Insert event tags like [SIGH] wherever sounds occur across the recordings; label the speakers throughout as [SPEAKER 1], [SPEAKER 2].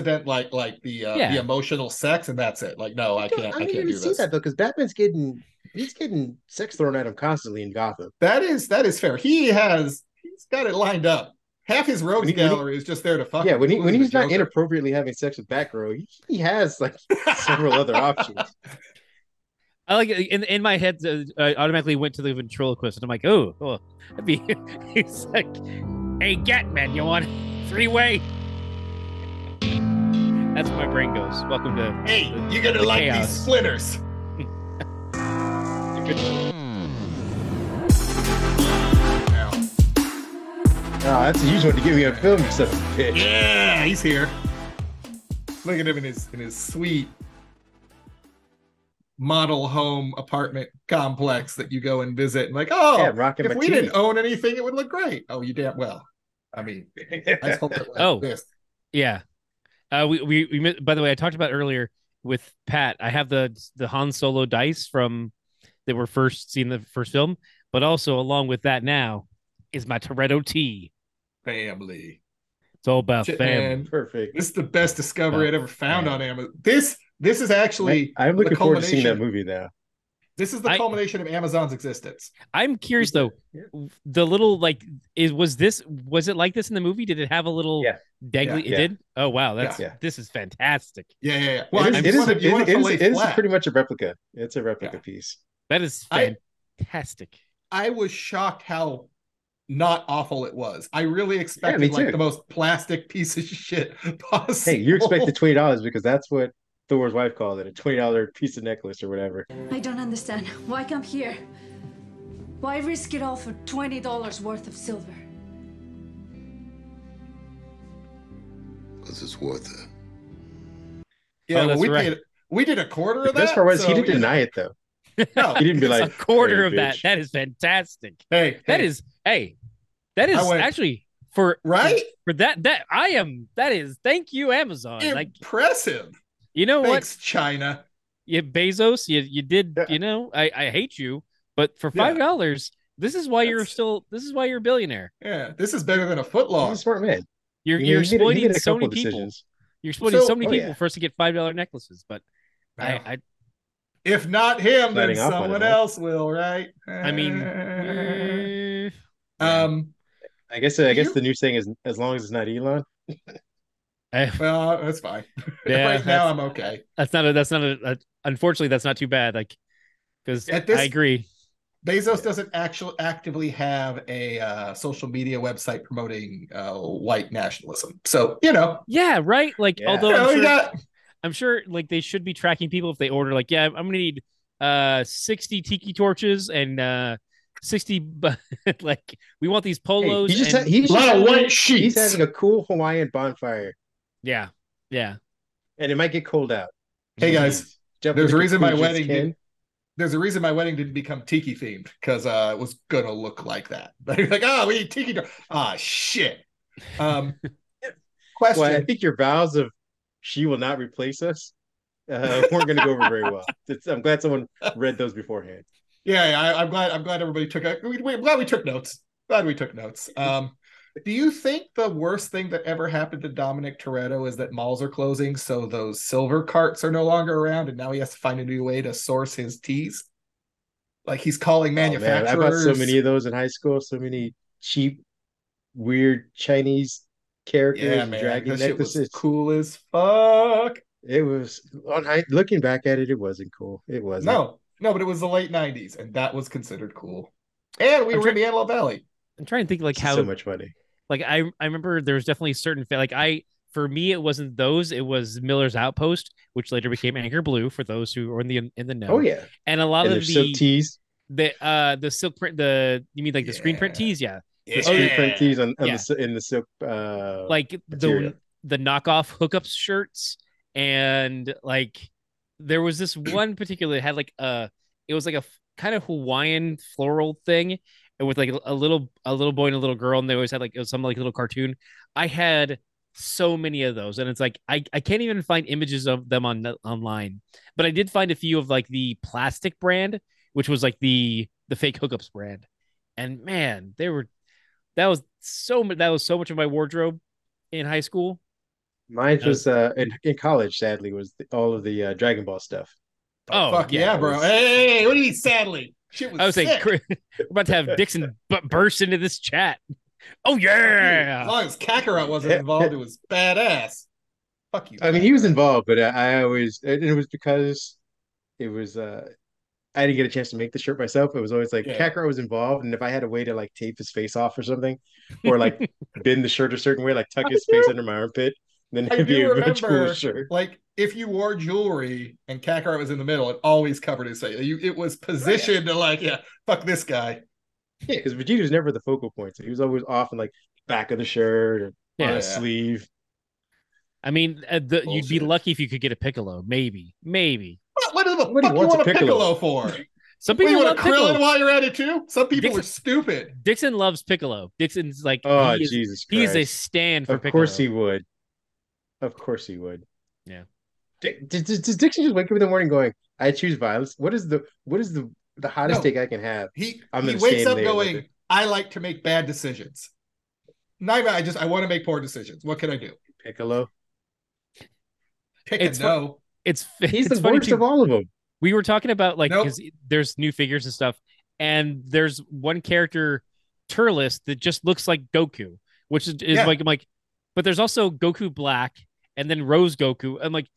[SPEAKER 1] event like like the uh,
[SPEAKER 2] Yeah.
[SPEAKER 1] the emotional sex and that's it. Like no, Oh, I
[SPEAKER 3] don't-
[SPEAKER 1] can't
[SPEAKER 3] I
[SPEAKER 1] I,
[SPEAKER 3] don't
[SPEAKER 1] can't
[SPEAKER 3] even
[SPEAKER 1] do
[SPEAKER 3] see
[SPEAKER 1] this.
[SPEAKER 3] that though, because Batman's getting he's getting sex thrown at him constantly in Gotham.
[SPEAKER 1] That is that is fair. He has he's got it lined up. Half his rogues
[SPEAKER 3] When he- when he-
[SPEAKER 1] gallery is just there to fuck.
[SPEAKER 3] yeah,
[SPEAKER 1] him,
[SPEAKER 3] when he when
[SPEAKER 1] including
[SPEAKER 3] he's
[SPEAKER 1] the
[SPEAKER 3] not
[SPEAKER 1] Joker.
[SPEAKER 3] inappropriately having sex with Batgirl, he, he has
[SPEAKER 1] [LAUGHS]
[SPEAKER 3] like several other options.
[SPEAKER 2] I like in in my head. Uh, I automatically went to the ventriloquist, and I'm like, oh, oh that'd be. [LAUGHS] He's like, hey, Gatman, you want [LAUGHS] three way? That's where my brain goes. Welcome to.
[SPEAKER 1] hey, you're gonna
[SPEAKER 2] The
[SPEAKER 1] like
[SPEAKER 2] chaos.
[SPEAKER 1] these splinters. Now.
[SPEAKER 3] Oh, that's a huge one to give me a film stuff. bitch.
[SPEAKER 1] Yeah, he's here. Look at him in his in his sweet model home apartment complex that you go and visit and like, oh,
[SPEAKER 3] Yeah, rocking
[SPEAKER 1] if
[SPEAKER 3] my
[SPEAKER 1] we didn't own anything, it would look great. Oh, you damn well. I mean, I
[SPEAKER 3] teeth.
[SPEAKER 1] told
[SPEAKER 2] [LAUGHS]
[SPEAKER 1] it like
[SPEAKER 2] Oh.
[SPEAKER 1] this.
[SPEAKER 2] Yeah. Uh, we, we we mi- by the way, I talked about earlier with Pat. I have the the Han Solo dice from that were first seen in the first film, but also along with that now is my Toretto tea.
[SPEAKER 1] family.
[SPEAKER 2] It's all about
[SPEAKER 1] Shit,
[SPEAKER 2] family.
[SPEAKER 1] man.
[SPEAKER 3] [LAUGHS] Perfect.
[SPEAKER 1] This is the best discovery I'd ever found on Amazon. This this is actually
[SPEAKER 3] I, am
[SPEAKER 1] the
[SPEAKER 3] looking forward to seeing that
[SPEAKER 1] culmination-
[SPEAKER 3] movie now.
[SPEAKER 1] this is the
[SPEAKER 2] I-
[SPEAKER 1] culmination of Amazon's existence.
[SPEAKER 2] I'm curious though.
[SPEAKER 3] Yeah.
[SPEAKER 2] The little like is was this was it like this in the movie? Did it have a little
[SPEAKER 3] Yeah.
[SPEAKER 2] dangly?
[SPEAKER 3] Yeah.
[SPEAKER 2] It did. Oh wow, that's
[SPEAKER 3] Yeah.
[SPEAKER 2] this is fantastic.
[SPEAKER 1] Yeah, yeah, yeah.
[SPEAKER 3] Well,
[SPEAKER 1] I just
[SPEAKER 3] it is, it is,
[SPEAKER 1] wanted-
[SPEAKER 3] a-
[SPEAKER 1] you wanted
[SPEAKER 3] it
[SPEAKER 1] to
[SPEAKER 3] is,
[SPEAKER 1] lay
[SPEAKER 3] it is
[SPEAKER 1] flat.
[SPEAKER 3] pretty much a replica. It's a replica
[SPEAKER 1] Yeah.
[SPEAKER 3] piece.
[SPEAKER 2] That is
[SPEAKER 1] I-
[SPEAKER 2] fantastic.
[SPEAKER 1] I was shocked how not awful it was. I really
[SPEAKER 3] me
[SPEAKER 1] expected
[SPEAKER 3] too.
[SPEAKER 1] like the most plastic piece of [LAUGHS] shit possible.
[SPEAKER 3] Hey, you expect
[SPEAKER 1] [LAUGHS]
[SPEAKER 3] the twenty dollars because that's what Thor's wife called it—a twenty dollar piece of necklace or whatever.
[SPEAKER 4] I don't understand. Why come here? Why risk it all for $20 worth of silver?
[SPEAKER 5] Because it's worth it.
[SPEAKER 1] yeah,
[SPEAKER 2] Oh,
[SPEAKER 1] well, we
[SPEAKER 2] that's right.
[SPEAKER 1] paid. We did a quarter
[SPEAKER 3] The
[SPEAKER 1] of that.
[SPEAKER 3] best part was he
[SPEAKER 1] so,
[SPEAKER 3] didn't
[SPEAKER 1] you know,
[SPEAKER 3] deny it [LAUGHS] though.
[SPEAKER 1] No, [LAUGHS]
[SPEAKER 3] He didn't be
[SPEAKER 2] It's
[SPEAKER 3] like
[SPEAKER 2] a quarter
[SPEAKER 3] "Hey,
[SPEAKER 2] of that.
[SPEAKER 3] bitch."
[SPEAKER 2] That is fantastic.
[SPEAKER 1] hey,
[SPEAKER 2] That
[SPEAKER 1] hey,
[SPEAKER 2] is hey, that is
[SPEAKER 1] I went-
[SPEAKER 2] actually for
[SPEAKER 1] right.
[SPEAKER 2] for that that I am that is thank you Amazon. Like
[SPEAKER 1] Impressive.
[SPEAKER 2] you know what?
[SPEAKER 1] Thanks, China.
[SPEAKER 2] you Bezos, you you did,
[SPEAKER 3] Yeah.
[SPEAKER 2] you know, I I hate you, but for
[SPEAKER 1] Yeah.
[SPEAKER 2] five dollars, this is why you're
[SPEAKER 1] That's-
[SPEAKER 2] still this is why you're a billionaire.
[SPEAKER 1] Yeah, this is better than a
[SPEAKER 3] He's a
[SPEAKER 1] footlong.
[SPEAKER 3] smart man.
[SPEAKER 2] You're
[SPEAKER 3] You
[SPEAKER 2] you're
[SPEAKER 3] know, he made a- he
[SPEAKER 2] exploiting
[SPEAKER 3] made a
[SPEAKER 2] so
[SPEAKER 3] couple
[SPEAKER 2] many people.
[SPEAKER 3] decisions.
[SPEAKER 2] You're exploiting so,
[SPEAKER 1] So-
[SPEAKER 2] many
[SPEAKER 3] oh,
[SPEAKER 2] people
[SPEAKER 3] yeah.
[SPEAKER 2] for us to get five dollar necklaces, but I, I
[SPEAKER 1] If not him, then
[SPEAKER 3] Signing off on it,
[SPEAKER 1] someone
[SPEAKER 3] huh?
[SPEAKER 1] else will, right?
[SPEAKER 2] I mean,
[SPEAKER 3] [LAUGHS]
[SPEAKER 2] eh,
[SPEAKER 1] [LAUGHS] um,
[SPEAKER 3] I guess uh, I guess
[SPEAKER 1] You-
[SPEAKER 3] the new saying is as long as it's not Elon.
[SPEAKER 2] I-
[SPEAKER 1] well, that's fine. [LAUGHS]
[SPEAKER 2] Yeah,
[SPEAKER 1] right now, I'm okay.
[SPEAKER 2] that's not a that's not a, a unfortunately that's not too bad. Like because
[SPEAKER 1] At this-
[SPEAKER 2] I agree.
[SPEAKER 1] Bezos doesn't actually actively have a uh, social media website promoting uh, white nationalism. So, you know,
[SPEAKER 2] Yeah, right. Like
[SPEAKER 3] Yeah. [LAUGHS]
[SPEAKER 2] although
[SPEAKER 1] you know,
[SPEAKER 2] I'm
[SPEAKER 1] you
[SPEAKER 2] sure,
[SPEAKER 1] got
[SPEAKER 2] I'm sure like they should be tracking people if they order like yeah I'm gonna need uh 60 tiki torches and uh 60 bu- [LAUGHS] like we want these
[SPEAKER 3] Hey,
[SPEAKER 2] polos
[SPEAKER 3] he just
[SPEAKER 2] and-
[SPEAKER 3] ha- he's
[SPEAKER 1] a
[SPEAKER 3] just
[SPEAKER 1] lot of
[SPEAKER 3] having-
[SPEAKER 1] white sheets.
[SPEAKER 3] He's having a cool Hawaiian bonfire,
[SPEAKER 2] yeah yeah
[SPEAKER 3] and it might get cold out.
[SPEAKER 1] Hey, guys,
[SPEAKER 3] Jump
[SPEAKER 1] there's
[SPEAKER 3] in
[SPEAKER 1] a
[SPEAKER 3] the
[SPEAKER 1] reason my
[SPEAKER 3] conclusions,
[SPEAKER 1] wedding
[SPEAKER 3] Ken. [LAUGHS]
[SPEAKER 1] didn't- There's a reason my wedding didn't become tiki themed because uh, it was gonna look like that. [LAUGHS] Like, like oh, we need tiki. do- Ah, shit. Um,
[SPEAKER 2] [LAUGHS]
[SPEAKER 1] question.
[SPEAKER 3] Well, I think your vows of she will not replace us uh, weren't going to go over
[SPEAKER 1] [LAUGHS]
[SPEAKER 3] very well. It's, I'm glad someone read those beforehand.
[SPEAKER 1] Yeah, yeah, I, I'm glad. I'm glad everybody took. We, we, I'm glad we took notes. Glad we took
[SPEAKER 3] [LAUGHS]
[SPEAKER 1] notes. Um, do you think the worst thing that ever happened to Dominic Toretto is that malls are closing, so those silver carts are no longer around, and now he has to find a new way to source his teas? Like he's calling
[SPEAKER 3] Oh, man, I bought
[SPEAKER 1] [LAUGHS] manufacturers.
[SPEAKER 3] so many of those in high school. So many cheap, weird Chinese characters,
[SPEAKER 1] yeah,
[SPEAKER 3] and
[SPEAKER 1] man,
[SPEAKER 3] dragon
[SPEAKER 1] that shit was
[SPEAKER 3] necklaces.
[SPEAKER 1] cool as fuck.
[SPEAKER 3] It was on high, looking back at it, it wasn't cool. It wasn't.
[SPEAKER 1] No, no, but it was the late '90s, and that was considered cool. And we
[SPEAKER 2] I'm
[SPEAKER 1] were in the Antelope Valley.
[SPEAKER 2] I'm trying to think like
[SPEAKER 3] It's
[SPEAKER 2] how
[SPEAKER 3] so much money.
[SPEAKER 2] like I I remember there was definitely certain fa- like I for me it wasn't those it was Miller's Outpost which later became Anchor Blue for those who are in the in the know
[SPEAKER 3] Oh yeah,
[SPEAKER 2] and a lot of
[SPEAKER 3] and there's silk
[SPEAKER 2] the
[SPEAKER 3] tees,
[SPEAKER 2] the uh the silk print the you mean like the screen print
[SPEAKER 1] Yeah.
[SPEAKER 2] tees yeah
[SPEAKER 3] the screen print tees on, on
[SPEAKER 2] Yeah.
[SPEAKER 3] the the in the silk. Uh,
[SPEAKER 2] like
[SPEAKER 3] material.
[SPEAKER 2] the the knockoff hookups shirts and like there was this one particular that had like a it was like a f- kind of Hawaiian floral thing and with like a little a little boy and a little girl and they always had like it was some like little cartoon. I had so many of those and it's like I, I can't even find images of them on online. But I did find a few of like the plastic brand which was like the the fake hookups brand. And man, they were that was so much that was so much of my wardrobe in high school
[SPEAKER 3] Mine was uh, in, in college. Sadly, was the, all of the uh, Dragon Ball stuff.
[SPEAKER 2] Oh,
[SPEAKER 1] fuck
[SPEAKER 3] yeah,
[SPEAKER 1] yeah,
[SPEAKER 3] it
[SPEAKER 1] bro.
[SPEAKER 3] was-
[SPEAKER 1] Hey, hey, hey, what do you mean, sadly? Shit was
[SPEAKER 2] I was
[SPEAKER 1] sick.
[SPEAKER 2] saying, Chris, we're about to have
[SPEAKER 3] [LAUGHS]
[SPEAKER 2] Dixon bu- burst into this chat. Oh
[SPEAKER 1] As
[SPEAKER 2] yeah,
[SPEAKER 1] long as Kakarot wasn't involved, it was badass. Fuck you.
[SPEAKER 3] I mean, he was involved, but uh, I, I always and it was because it was uh I didn't get a chance to make the shirt myself. It was always like
[SPEAKER 1] Yeah.
[SPEAKER 3] Kakarot was involved, and if I had a way to like tape his face off or something, or like bend the shirt a certain way, like tuck his face under my armpit, then
[SPEAKER 1] I
[SPEAKER 3] it'd be
[SPEAKER 1] do
[SPEAKER 3] a much cooler
[SPEAKER 1] remember-
[SPEAKER 3] shirt.
[SPEAKER 1] Like if you wore jewelry and Kakarot was in the middle, it always covered his face. You, it was positioned to like, yeah, fuck this guy.
[SPEAKER 3] Yeah, because Vegeta was never the focal point. So he was always off in like back of the shirt or on
[SPEAKER 2] yeah.
[SPEAKER 1] Yeah.
[SPEAKER 3] a sleeve.
[SPEAKER 2] I mean, uh, the, you'd be
[SPEAKER 1] Bullshit.
[SPEAKER 2] lucky if you could get a Piccolo. Maybe, maybe
[SPEAKER 1] What, what the
[SPEAKER 3] What do
[SPEAKER 1] fuck
[SPEAKER 3] you
[SPEAKER 1] you
[SPEAKER 3] want
[SPEAKER 1] want a
[SPEAKER 3] to
[SPEAKER 1] piccolo,
[SPEAKER 3] Piccolo?
[SPEAKER 1] for?
[SPEAKER 2] some
[SPEAKER 1] What,
[SPEAKER 2] people
[SPEAKER 1] you
[SPEAKER 2] love
[SPEAKER 1] want a Krillin
[SPEAKER 2] Piccolo.
[SPEAKER 1] while you're at it too? Some people
[SPEAKER 2] Dixon-
[SPEAKER 1] were stupid.
[SPEAKER 2] Dixon loves Piccolo. Dixon's like
[SPEAKER 3] Oh
[SPEAKER 2] he is,
[SPEAKER 3] Jesus
[SPEAKER 2] he is
[SPEAKER 3] Christ!
[SPEAKER 2] a stand for
[SPEAKER 3] of
[SPEAKER 2] Piccolo.
[SPEAKER 3] course he would. Of course he would.
[SPEAKER 2] Yeah.
[SPEAKER 3] Di- Does, does, does Dixon just wake up in the morning going, "I choose violence"? What is the what is the the hottest
[SPEAKER 1] No.
[SPEAKER 3] take I can have?
[SPEAKER 1] He
[SPEAKER 3] I'm
[SPEAKER 1] he
[SPEAKER 3] gonna
[SPEAKER 1] wakes
[SPEAKER 3] stand
[SPEAKER 1] up
[SPEAKER 3] there with
[SPEAKER 1] going,
[SPEAKER 3] it.
[SPEAKER 1] I like to make bad decisions. Not even I just I want to make poor decisions. What can I do?
[SPEAKER 2] [LAUGHS]
[SPEAKER 3] Piccolo.
[SPEAKER 1] Take
[SPEAKER 2] It's
[SPEAKER 1] a
[SPEAKER 2] fu-
[SPEAKER 1] no.
[SPEAKER 2] It's [LAUGHS]
[SPEAKER 3] He's
[SPEAKER 2] it's
[SPEAKER 3] the
[SPEAKER 2] funny
[SPEAKER 3] worst
[SPEAKER 2] too.
[SPEAKER 3] of all of them.
[SPEAKER 2] we were talking about like
[SPEAKER 1] Nope.
[SPEAKER 2] because there's new figures and stuff, and there's one character, Turles, that just looks like Goku, which is, is
[SPEAKER 1] Yeah.
[SPEAKER 2] like I'm like, but there's also Goku Black and then Rose Goku. I'm like,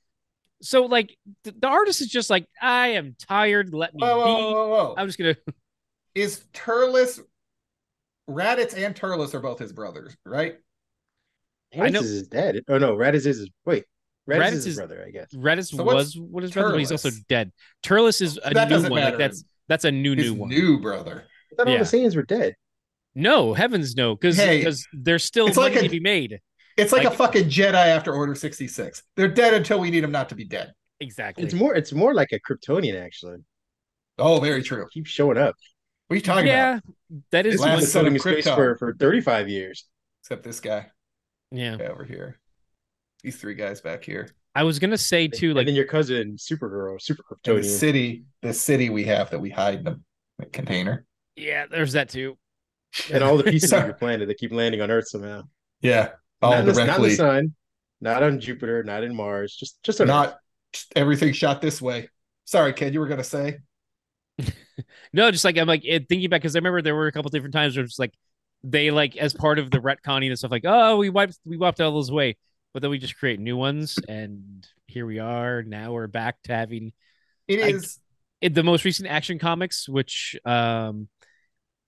[SPEAKER 2] so like th- the artist is just like, I am tired. Let me
[SPEAKER 1] Whoa,
[SPEAKER 2] be.
[SPEAKER 1] whoa, whoa, whoa, whoa.
[SPEAKER 2] I'm just gonna.
[SPEAKER 1] Is Turles Raditz and Turles are both his brothers, right?
[SPEAKER 2] I know-
[SPEAKER 3] Raditz is his dad. Oh no, Raditz is his wait. Raditz,
[SPEAKER 2] Raditz
[SPEAKER 3] is his
[SPEAKER 2] is- Mm,
[SPEAKER 3] brother, I guess.
[SPEAKER 2] Redis
[SPEAKER 1] So what's
[SPEAKER 2] was what is brother, but he's also
[SPEAKER 1] Turles?
[SPEAKER 2] dead. Turles is a
[SPEAKER 1] that
[SPEAKER 2] new
[SPEAKER 1] doesn't
[SPEAKER 2] one. Like,
[SPEAKER 1] matter.
[SPEAKER 2] that's that's a new
[SPEAKER 1] His
[SPEAKER 2] new one.
[SPEAKER 1] new brother.
[SPEAKER 3] I thought all
[SPEAKER 2] Yeah.
[SPEAKER 3] the Saiyans were dead.
[SPEAKER 2] No, heavens no, because
[SPEAKER 1] Hey,
[SPEAKER 2] there's still
[SPEAKER 1] it's
[SPEAKER 2] money
[SPEAKER 1] like a-
[SPEAKER 2] to be made.
[SPEAKER 1] It's like,
[SPEAKER 2] Like-
[SPEAKER 1] a fucking Jedi after Order 66. They're dead until we need them not to be dead.
[SPEAKER 2] Exactly.
[SPEAKER 3] It's more. It's more like a Kryptonian actually.
[SPEAKER 1] Oh, very true.
[SPEAKER 3] Keep showing up.
[SPEAKER 1] What are you talking about?
[SPEAKER 2] yeah, that
[SPEAKER 3] This
[SPEAKER 2] is
[SPEAKER 3] has been
[SPEAKER 1] Last
[SPEAKER 2] one.
[SPEAKER 1] son
[SPEAKER 3] floating
[SPEAKER 1] of
[SPEAKER 3] in space
[SPEAKER 1] Krypton.
[SPEAKER 3] for for thirty five years.
[SPEAKER 1] Except this guy
[SPEAKER 2] Yeah,
[SPEAKER 1] guy over here. These three guys back here.
[SPEAKER 2] I was gonna say too, like
[SPEAKER 3] and then your cousin Supergirl, Super
[SPEAKER 1] And the
[SPEAKER 3] Kryptonian.
[SPEAKER 1] city, the city we have that we hide in the the container.
[SPEAKER 2] Yeah, there's that too.
[SPEAKER 3] and all the pieces of
[SPEAKER 1] [LAUGHS] Sorry.
[SPEAKER 3] your planet that keep landing on Earth somehow.
[SPEAKER 1] Yeah. All
[SPEAKER 3] not, uh, in the, not in the
[SPEAKER 1] Oh, directly. Not,
[SPEAKER 3] sun, not on Jupiter, not in Mars, just just on Earth.
[SPEAKER 1] everything shot this way. Sorry, kid, you were gonna say.
[SPEAKER 2] No, just like I'm like it, thinking back because I remember there were a couple different times where it's like they like as part of the retconning and stuff like oh we wiped we wiped all those away, but then we just create new ones and here we are now we're back to having
[SPEAKER 1] It
[SPEAKER 2] I-
[SPEAKER 1] is
[SPEAKER 2] it, the most recent action comics which um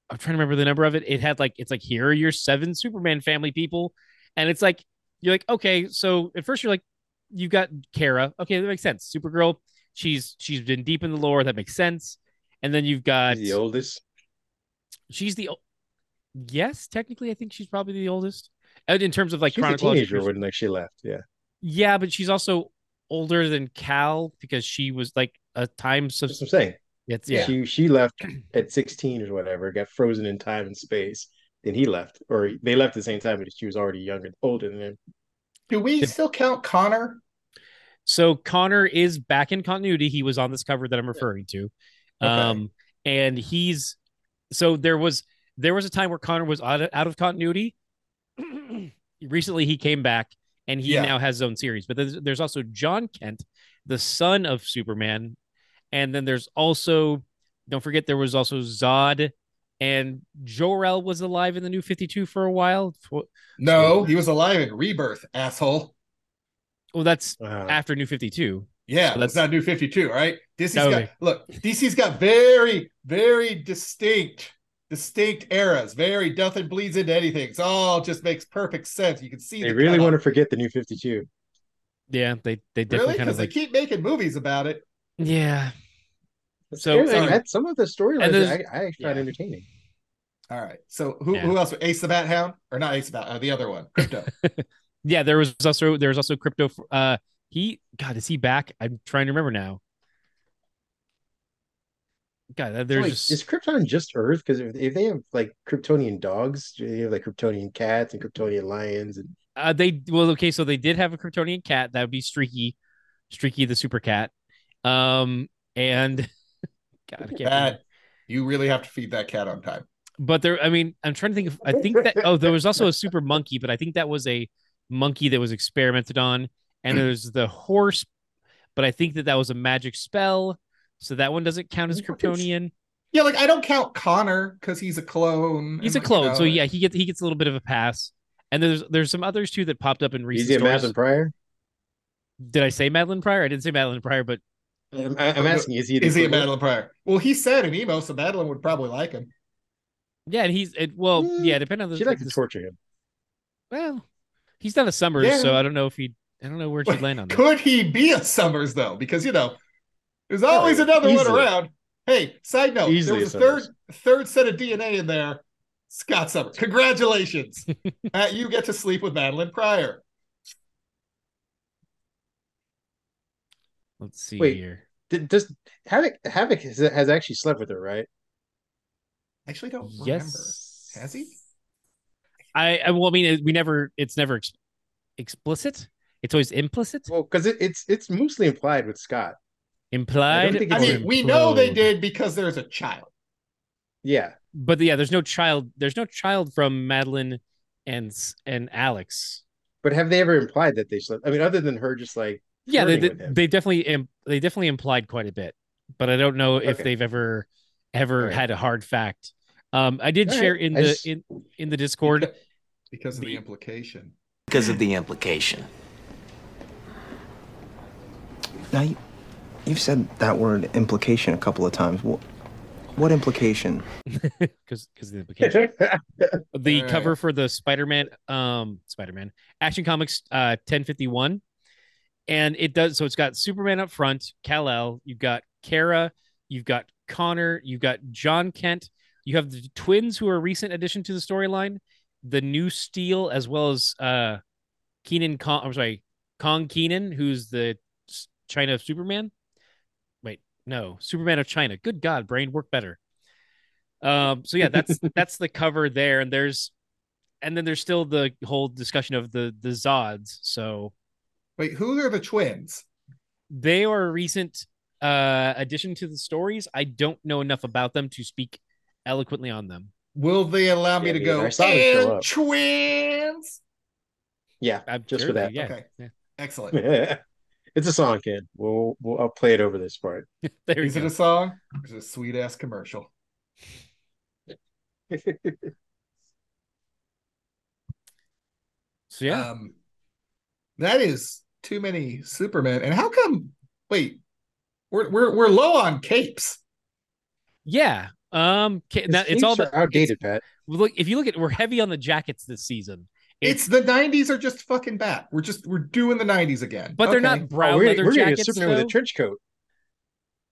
[SPEAKER 2] I'm trying to remember the number of it. It had like it's like here are your seven Superman family people, and it's like you're like okay so at first you're like you got Kara okay that makes sense Supergirl she's she's been deep in the lore that makes sense. And then you've got
[SPEAKER 3] She's the oldest.
[SPEAKER 2] she's the o- yes technically i think she's probably the oldest and in terms of like
[SPEAKER 3] Like she was a
[SPEAKER 2] chronological
[SPEAKER 3] teenager when like she left. Yeah,
[SPEAKER 2] yeah but she's also older than cal because she was like a time
[SPEAKER 3] that's what I'm
[SPEAKER 2] subs-
[SPEAKER 3] saying.
[SPEAKER 2] it's yeah
[SPEAKER 3] She she left at 16 or whatever, got frozen in time and space. Then he left, or they left at the same time, but she was already younger, older than him.
[SPEAKER 1] do we still count Connor?
[SPEAKER 2] so connor is back in continuity he was on this cover that i'm referring to
[SPEAKER 1] Okay.
[SPEAKER 2] um and he's so there was there was a time where connor was out of, out of continuity [CLEARS THROAT] recently he came back and he
[SPEAKER 1] Yeah.
[SPEAKER 2] now has his own series but there's, there's also john kent the son of superman and then there's also don't forget there was also zod and Jor-El was alive in the new 52 for a while. Fo-
[SPEAKER 1] No, he was alive in rebirth, asshole.
[SPEAKER 2] Well, that's
[SPEAKER 1] Uh.
[SPEAKER 3] Wow.
[SPEAKER 2] after new 52.
[SPEAKER 1] Yeah,
[SPEAKER 2] So
[SPEAKER 1] that's
[SPEAKER 2] that's-
[SPEAKER 1] not new 52, right? DC's
[SPEAKER 2] That would
[SPEAKER 1] got look, DC's got very, very distinct, distinct eras, very nothing bleeds into anything. It's all just makes perfect sense. You can see
[SPEAKER 3] They
[SPEAKER 1] the
[SPEAKER 3] really
[SPEAKER 1] cutoff.
[SPEAKER 3] want to forget the new 52.
[SPEAKER 2] Yeah, they they definitely
[SPEAKER 1] really
[SPEAKER 2] kind
[SPEAKER 1] because
[SPEAKER 2] of
[SPEAKER 1] they
[SPEAKER 2] like
[SPEAKER 1] keep making movies about it.
[SPEAKER 2] yeah. So-
[SPEAKER 3] So
[SPEAKER 2] sorry.
[SPEAKER 3] that's some of the storylines
[SPEAKER 2] And
[SPEAKER 3] that
[SPEAKER 2] there's-
[SPEAKER 3] I, I actually found
[SPEAKER 2] yeah.
[SPEAKER 3] entertaining.
[SPEAKER 1] All right. So who
[SPEAKER 2] Yeah.
[SPEAKER 1] who else? Ace the Bat Hound or not Ace the Bat? Uh, the other one,
[SPEAKER 2] [LAUGHS]
[SPEAKER 1] Crypto.
[SPEAKER 2] Yeah, there was also there was also crypto uh he god is he back? I'm trying to remember now. God, uh, there's
[SPEAKER 3] Wait,
[SPEAKER 2] just-
[SPEAKER 3] is Krypton just Earth? Because if, if they have like Kryptonian dogs, do they have like Kryptonian cats and Kryptonian lions and
[SPEAKER 2] Uh, they well, okay, so they did have a Kryptonian cat. That would be Streaky, Streaky the super cat. Um, and [LAUGHS] God, I can't remember.
[SPEAKER 1] Bat. You really have to feed that cat on time.
[SPEAKER 2] But there, I mean, I'm trying to think. Of, I think that oh, there was also a super monkey, but I think that was a monkey that was experimented on, and there's the horse, but I think that that was a magic spell, so that one doesn't count
[SPEAKER 1] What
[SPEAKER 2] as
[SPEAKER 1] is-
[SPEAKER 2] Kryptonian.
[SPEAKER 1] Yeah, like I don't count Connor because he's a clone.
[SPEAKER 2] He's a
[SPEAKER 1] and, like, uh,
[SPEAKER 2] clone,
[SPEAKER 1] you know,
[SPEAKER 2] so yeah, he gets he gets a little bit of a pass. And there's there's some others too that popped up in recent
[SPEAKER 3] Easy at
[SPEAKER 2] stories.
[SPEAKER 3] Madeline Pryor.
[SPEAKER 2] Did I say Madeline Pryor? I didn't say Madeline Pryor, but
[SPEAKER 3] I'm, I'm asking, is he? the
[SPEAKER 1] Is he a Madeline
[SPEAKER 3] equivalent?
[SPEAKER 1] Pryor? Well, he said an emo, so Madeline would probably like him.
[SPEAKER 2] yeah, and he's it, well,
[SPEAKER 3] Mm,
[SPEAKER 2] yeah, depending on the,
[SPEAKER 3] She likes to
[SPEAKER 2] the-
[SPEAKER 3] torture him.
[SPEAKER 2] well, he's not a Summers,
[SPEAKER 1] Yeah.
[SPEAKER 2] so I don't know if he I don't know where she'd
[SPEAKER 1] Wait,
[SPEAKER 2] land on that.
[SPEAKER 1] Could he be a Summers though? Because you know, there's always
[SPEAKER 3] yeah,
[SPEAKER 1] another one
[SPEAKER 3] easily.
[SPEAKER 1] around. Hey, side note, there
[SPEAKER 3] Easily
[SPEAKER 1] was a
[SPEAKER 3] a
[SPEAKER 1] third
[SPEAKER 3] Summers.
[SPEAKER 1] third set of DNA in there. Scott Summers, congratulations! uh, you get to sleep with Madeline Pryor.
[SPEAKER 2] Let's see
[SPEAKER 3] Wait.
[SPEAKER 2] here.
[SPEAKER 3] Did, does Havoc Havoc has, has actually slept with her, right?
[SPEAKER 1] Actually, I don't remember.
[SPEAKER 2] Yes.
[SPEAKER 1] Has he?
[SPEAKER 2] I, I well, I mean, it, we never. It's never ex- explicit. It's always implicit,
[SPEAKER 3] Well, because it, it's it's mostly implied with Scott.
[SPEAKER 2] implied.
[SPEAKER 3] think
[SPEAKER 1] I
[SPEAKER 2] or
[SPEAKER 3] it's-
[SPEAKER 1] mean, we know they
[SPEAKER 2] implode.
[SPEAKER 1] did because there's a child.
[SPEAKER 3] Yeah,
[SPEAKER 2] but yeah, there's no child. There's no child from Madeline and S- and Alex.
[SPEAKER 3] but have they ever implied that they slept? I mean, other than her, just like
[SPEAKER 2] Yeah, they,
[SPEAKER 3] flirting
[SPEAKER 2] they,
[SPEAKER 3] with him.
[SPEAKER 2] they definitely im- they definitely implied quite a bit, but I don't know if
[SPEAKER 3] Okay.
[SPEAKER 2] they've ever ever
[SPEAKER 3] Alright.
[SPEAKER 2] had a hard fact. Um, I did
[SPEAKER 3] Alright,
[SPEAKER 2] share in
[SPEAKER 3] I
[SPEAKER 2] the
[SPEAKER 3] just-
[SPEAKER 2] in in the Discord.
[SPEAKER 3] [LAUGHS]
[SPEAKER 2] [LAUGHS]
[SPEAKER 1] Because- because of the implication.
[SPEAKER 5] because of the implication.
[SPEAKER 6] Now, you, you've said that word implication a couple of times. What, what implication?
[SPEAKER 2] because because the implication. the
[SPEAKER 1] All
[SPEAKER 2] cover for the Spider-Man um Spider-Man Action Comics uh 1051 and it does so it's got Superman up front, Kal-El, you've got Kara, you've got Connor, you've got John Kent, you have the twins who are a recent addition to the storyline, the new Steel as well as uh Keenan Kong I'm sorry, Kong Keenan who's the s- China of Superman. Wait, no, Superman of China. Good god, brain work better. Um, so yeah,
[SPEAKER 3] [LAUGHS]
[SPEAKER 2] that's that's the cover there, and there's, and then there's still the whole discussion of the the Zods. So
[SPEAKER 1] Wait, who are the twins?
[SPEAKER 2] they are a recent uh addition to the stories. I don't know enough about them to speak eloquently on them.
[SPEAKER 1] Will they allow me
[SPEAKER 3] Yeah,
[SPEAKER 1] to
[SPEAKER 3] dude,
[SPEAKER 1] go?
[SPEAKER 3] I saw them show
[SPEAKER 1] "And
[SPEAKER 3] up."
[SPEAKER 1] twins.
[SPEAKER 3] [LAUGHS] yeah, [LAUGHS]
[SPEAKER 2] I'm
[SPEAKER 3] Just
[SPEAKER 2] sure
[SPEAKER 3] for
[SPEAKER 2] they-
[SPEAKER 3] that.
[SPEAKER 2] yeah.
[SPEAKER 1] Okay.
[SPEAKER 2] yeah.
[SPEAKER 1] Excellent.
[SPEAKER 3] it's a song, kid. We'll, we'll I'll play it over this part.
[SPEAKER 2] [LAUGHS] There you
[SPEAKER 1] Is it
[SPEAKER 2] go.
[SPEAKER 1] a song? Or Is it a sweet ass commercial?
[SPEAKER 2] so yeah,
[SPEAKER 3] Uh,
[SPEAKER 1] Um, that is too many Superman. And how come? Wait, we're we're we're low on capes.
[SPEAKER 2] yeah. Um, ca- now it's all
[SPEAKER 3] Capes
[SPEAKER 2] the
[SPEAKER 3] are outdated, Pat.
[SPEAKER 2] well, look. If you look at, we're heavy on the jackets this season,
[SPEAKER 1] It's, the '90s are just fucking back. We're just we're doing the '90s again.
[SPEAKER 2] but they're
[SPEAKER 1] Okay.
[SPEAKER 2] not brown
[SPEAKER 3] Oh, we're
[SPEAKER 2] leather
[SPEAKER 3] we're gonna get
[SPEAKER 2] jackets.
[SPEAKER 3] Superman with a
[SPEAKER 2] though.
[SPEAKER 3] trench coat.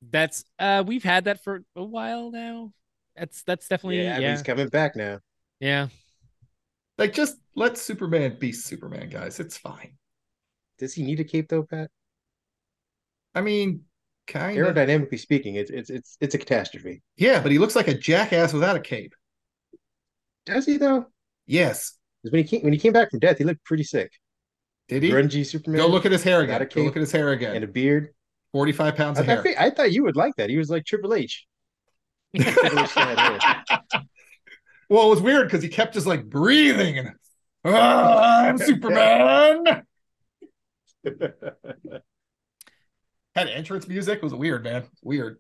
[SPEAKER 2] that's uh, we've had that for a while now. That's that's definitely
[SPEAKER 3] Yeah,
[SPEAKER 2] yeah
[SPEAKER 3] I mean,
[SPEAKER 2] yeah.
[SPEAKER 3] he's coming back now.
[SPEAKER 1] like just let Superman be Superman, guys. It's fine.
[SPEAKER 3] Does he need a cape though, Pat?
[SPEAKER 1] I mean, kind of.
[SPEAKER 3] Aerodynamically speaking, it's it's it's it's a catastrophe.
[SPEAKER 1] Yeah, but he looks like a jackass without a cape.
[SPEAKER 3] Does he though?
[SPEAKER 1] Yes,
[SPEAKER 3] 'Cause when he came when he came back from death, he looked pretty sick.
[SPEAKER 1] did he?
[SPEAKER 3] Grungy Superman.
[SPEAKER 1] Go look at his hair
[SPEAKER 3] Without
[SPEAKER 1] again.
[SPEAKER 3] a
[SPEAKER 1] Go look
[SPEAKER 3] cape
[SPEAKER 1] at his hair
[SPEAKER 3] and a
[SPEAKER 1] again.
[SPEAKER 3] beard.
[SPEAKER 1] Forty-five pounds
[SPEAKER 3] I,
[SPEAKER 1] of
[SPEAKER 3] I
[SPEAKER 1] hair.
[SPEAKER 3] thi- I thought you would like that. He was like Triple H. [LAUGHS] Triple H had hair.
[SPEAKER 1] [LAUGHS] Well, it was weird because he kept just like breathing and "Ah, I'm Superman. Had entrance music It was weird, man. Weird.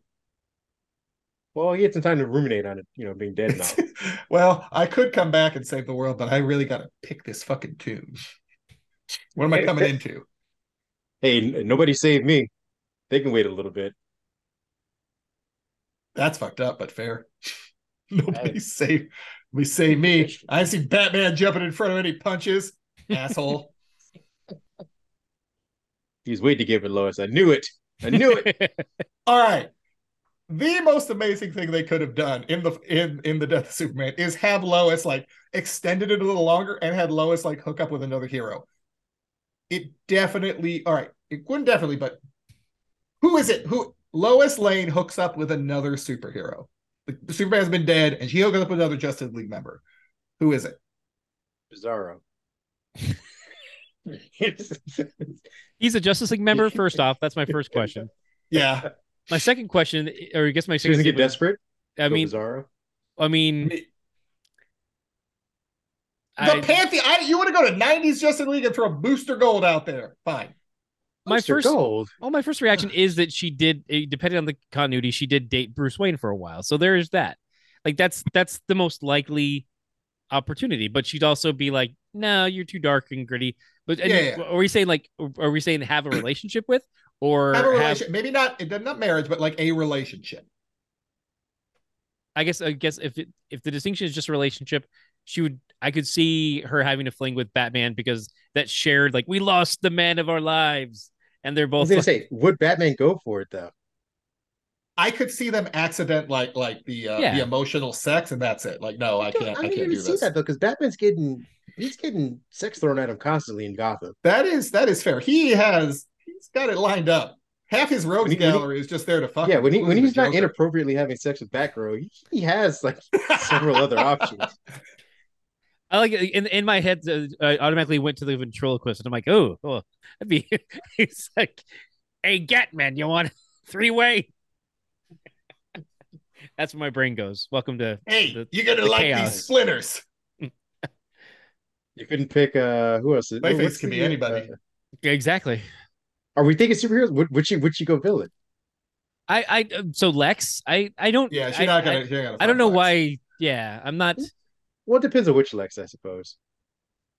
[SPEAKER 3] well, he had some time to ruminate on it, you know, being dead now.
[SPEAKER 1] [LAUGHS] well, I could come back and save the world, but I really got to pick this fucking tune. What am I coming into?
[SPEAKER 3] hey, n- nobody saved me. They can wait a little bit.
[SPEAKER 1] That's fucked up, but fair. [LAUGHS] Nobody save we save me. I see Batman jumping in front of any punches. Asshole.
[SPEAKER 3] He's waiting to give it Lois. I knew it. I knew
[SPEAKER 1] [LAUGHS]
[SPEAKER 2] [LAUGHS]
[SPEAKER 3] it.
[SPEAKER 2] yeah.
[SPEAKER 1] All right. The most amazing thing they could have done in the in in the death of Superman is have Lois like extended it a little longer and had Lois like hook up with another hero. It definitely all right. It wouldn't definitely, but who is it? Who Lois Lane hooks up with another superhero? The Superman's been dead, and she hooks up with another Justice League member. Who is it? [LAUGHS]
[SPEAKER 3] Bizarro. [LAUGHS]
[SPEAKER 2] He's a Justice
[SPEAKER 1] [LAUGHS]
[SPEAKER 2] League member. First off, that's my first question.
[SPEAKER 1] Yeah,
[SPEAKER 2] My second question, or I guess my
[SPEAKER 3] she doesn't
[SPEAKER 2] second,
[SPEAKER 3] get desperate.
[SPEAKER 2] I
[SPEAKER 3] Go
[SPEAKER 2] mean,
[SPEAKER 3] Bizarro.
[SPEAKER 2] I mean,
[SPEAKER 1] The
[SPEAKER 2] I,
[SPEAKER 1] Pantheon. I, you want to go to 90s Justin League and throw Booster Gold out there? Fine.
[SPEAKER 2] my
[SPEAKER 3] Booster
[SPEAKER 2] first
[SPEAKER 3] gold.
[SPEAKER 2] well, my
[SPEAKER 1] [SIGHS]
[SPEAKER 2] first reaction is that she did, eh, depending on the continuity, she did date Bruce Wayne for a while. So there is that. Like that's that's the most likely opportunity. But she'd also be like, "No, you're too dark and gritty." But and
[SPEAKER 1] Yeah,
[SPEAKER 2] you-
[SPEAKER 1] yeah.
[SPEAKER 2] are we saying like, are we
[SPEAKER 1] [CLEARS THROAT]
[SPEAKER 2] saying have a relationship with, or
[SPEAKER 1] Have a
[SPEAKER 2] have-
[SPEAKER 1] relationship. Maybe not. It not marriage, but like a relationship.
[SPEAKER 2] I guess I guess if it, if the distinction is just a relationship, she would I could see her having a fling with Batman because that shared like we lost the man of our lives and they're
[SPEAKER 3] I
[SPEAKER 2] both
[SPEAKER 3] was gonna
[SPEAKER 2] like-
[SPEAKER 3] say, would Batman go for it though?
[SPEAKER 1] I could see them accident like like the uh,
[SPEAKER 2] Yeah.
[SPEAKER 1] the emotional sex, and that's it. Like, no, I can't. I,
[SPEAKER 3] don't
[SPEAKER 1] can't
[SPEAKER 3] even
[SPEAKER 1] do
[SPEAKER 3] see
[SPEAKER 1] this.
[SPEAKER 3] that though, because Batman's getting he's getting sex thrown at him constantly in Gotham.
[SPEAKER 1] That is that is fair. He has he's got it lined up. Half his rogues
[SPEAKER 3] When he- when he-
[SPEAKER 1] gallery is just there to fuck.
[SPEAKER 3] yeah,
[SPEAKER 1] him,
[SPEAKER 3] when he when
[SPEAKER 1] including
[SPEAKER 3] he's
[SPEAKER 1] the
[SPEAKER 3] not
[SPEAKER 1] Joker.
[SPEAKER 3] inappropriately having sex with Batgirl, he, he
[SPEAKER 1] [LAUGHS]
[SPEAKER 3] has like several other options.
[SPEAKER 2] I like in in my head uh, I automatically went to the ventriloquist and I'm like oh well that'd be [LAUGHS] he's like hey Gatman you want [LAUGHS] three way that's where my brain goes welcome to
[SPEAKER 1] hey,
[SPEAKER 2] the-
[SPEAKER 1] you're gonna
[SPEAKER 2] the
[SPEAKER 1] like
[SPEAKER 2] chaos.
[SPEAKER 1] these splinters.
[SPEAKER 3] You couldn't pick uh who else?
[SPEAKER 1] Clayface
[SPEAKER 3] What's
[SPEAKER 1] can
[SPEAKER 3] the-
[SPEAKER 1] be anybody.
[SPEAKER 3] uh,
[SPEAKER 2] exactly
[SPEAKER 3] are we thinking superheroes? Would, would she would she go villain?
[SPEAKER 2] I I so Lex I I don't
[SPEAKER 1] Yeah, she's
[SPEAKER 2] I,
[SPEAKER 1] not gonna.
[SPEAKER 2] I,
[SPEAKER 1] she's not gonna
[SPEAKER 2] I don't know
[SPEAKER 1] fuck Lex.
[SPEAKER 2] why yeah I'm not
[SPEAKER 3] Well, it depends on which Lex, I suppose.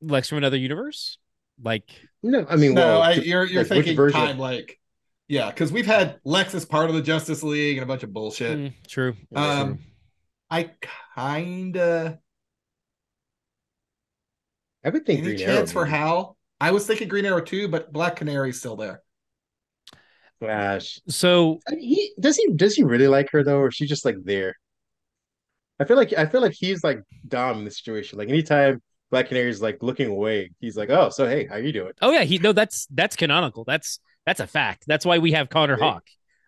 [SPEAKER 2] Lex from another universe? Like,
[SPEAKER 3] No, I mean,
[SPEAKER 1] No,
[SPEAKER 3] well,
[SPEAKER 1] I,
[SPEAKER 3] to-
[SPEAKER 1] you're you're
[SPEAKER 3] like, which
[SPEAKER 1] thinking
[SPEAKER 3] version of-
[SPEAKER 1] time like, yeah, because we've had Lex as part of the Justice League and a bunch of bullshit.
[SPEAKER 2] mm, true.
[SPEAKER 1] Um,
[SPEAKER 2] True.
[SPEAKER 1] I kinda
[SPEAKER 3] I would think
[SPEAKER 1] any
[SPEAKER 3] Green Arrow.
[SPEAKER 1] chance for
[SPEAKER 3] maybe.
[SPEAKER 1] Hal. I was thinking Green Arrow too, but Black Canary's still there.
[SPEAKER 3] Flash.
[SPEAKER 2] so
[SPEAKER 3] I mean, he does he does he really like her though, or is she just like there? I feel like I feel like he's like Dom in this situation. Like anytime Black Canary's like looking away, he's like, "Oh, so hey, how you doing?"
[SPEAKER 2] oh yeah, he no, that's that's canonical. That's that's a fact. That's why we have Connor
[SPEAKER 3] Right.
[SPEAKER 2] Hawk.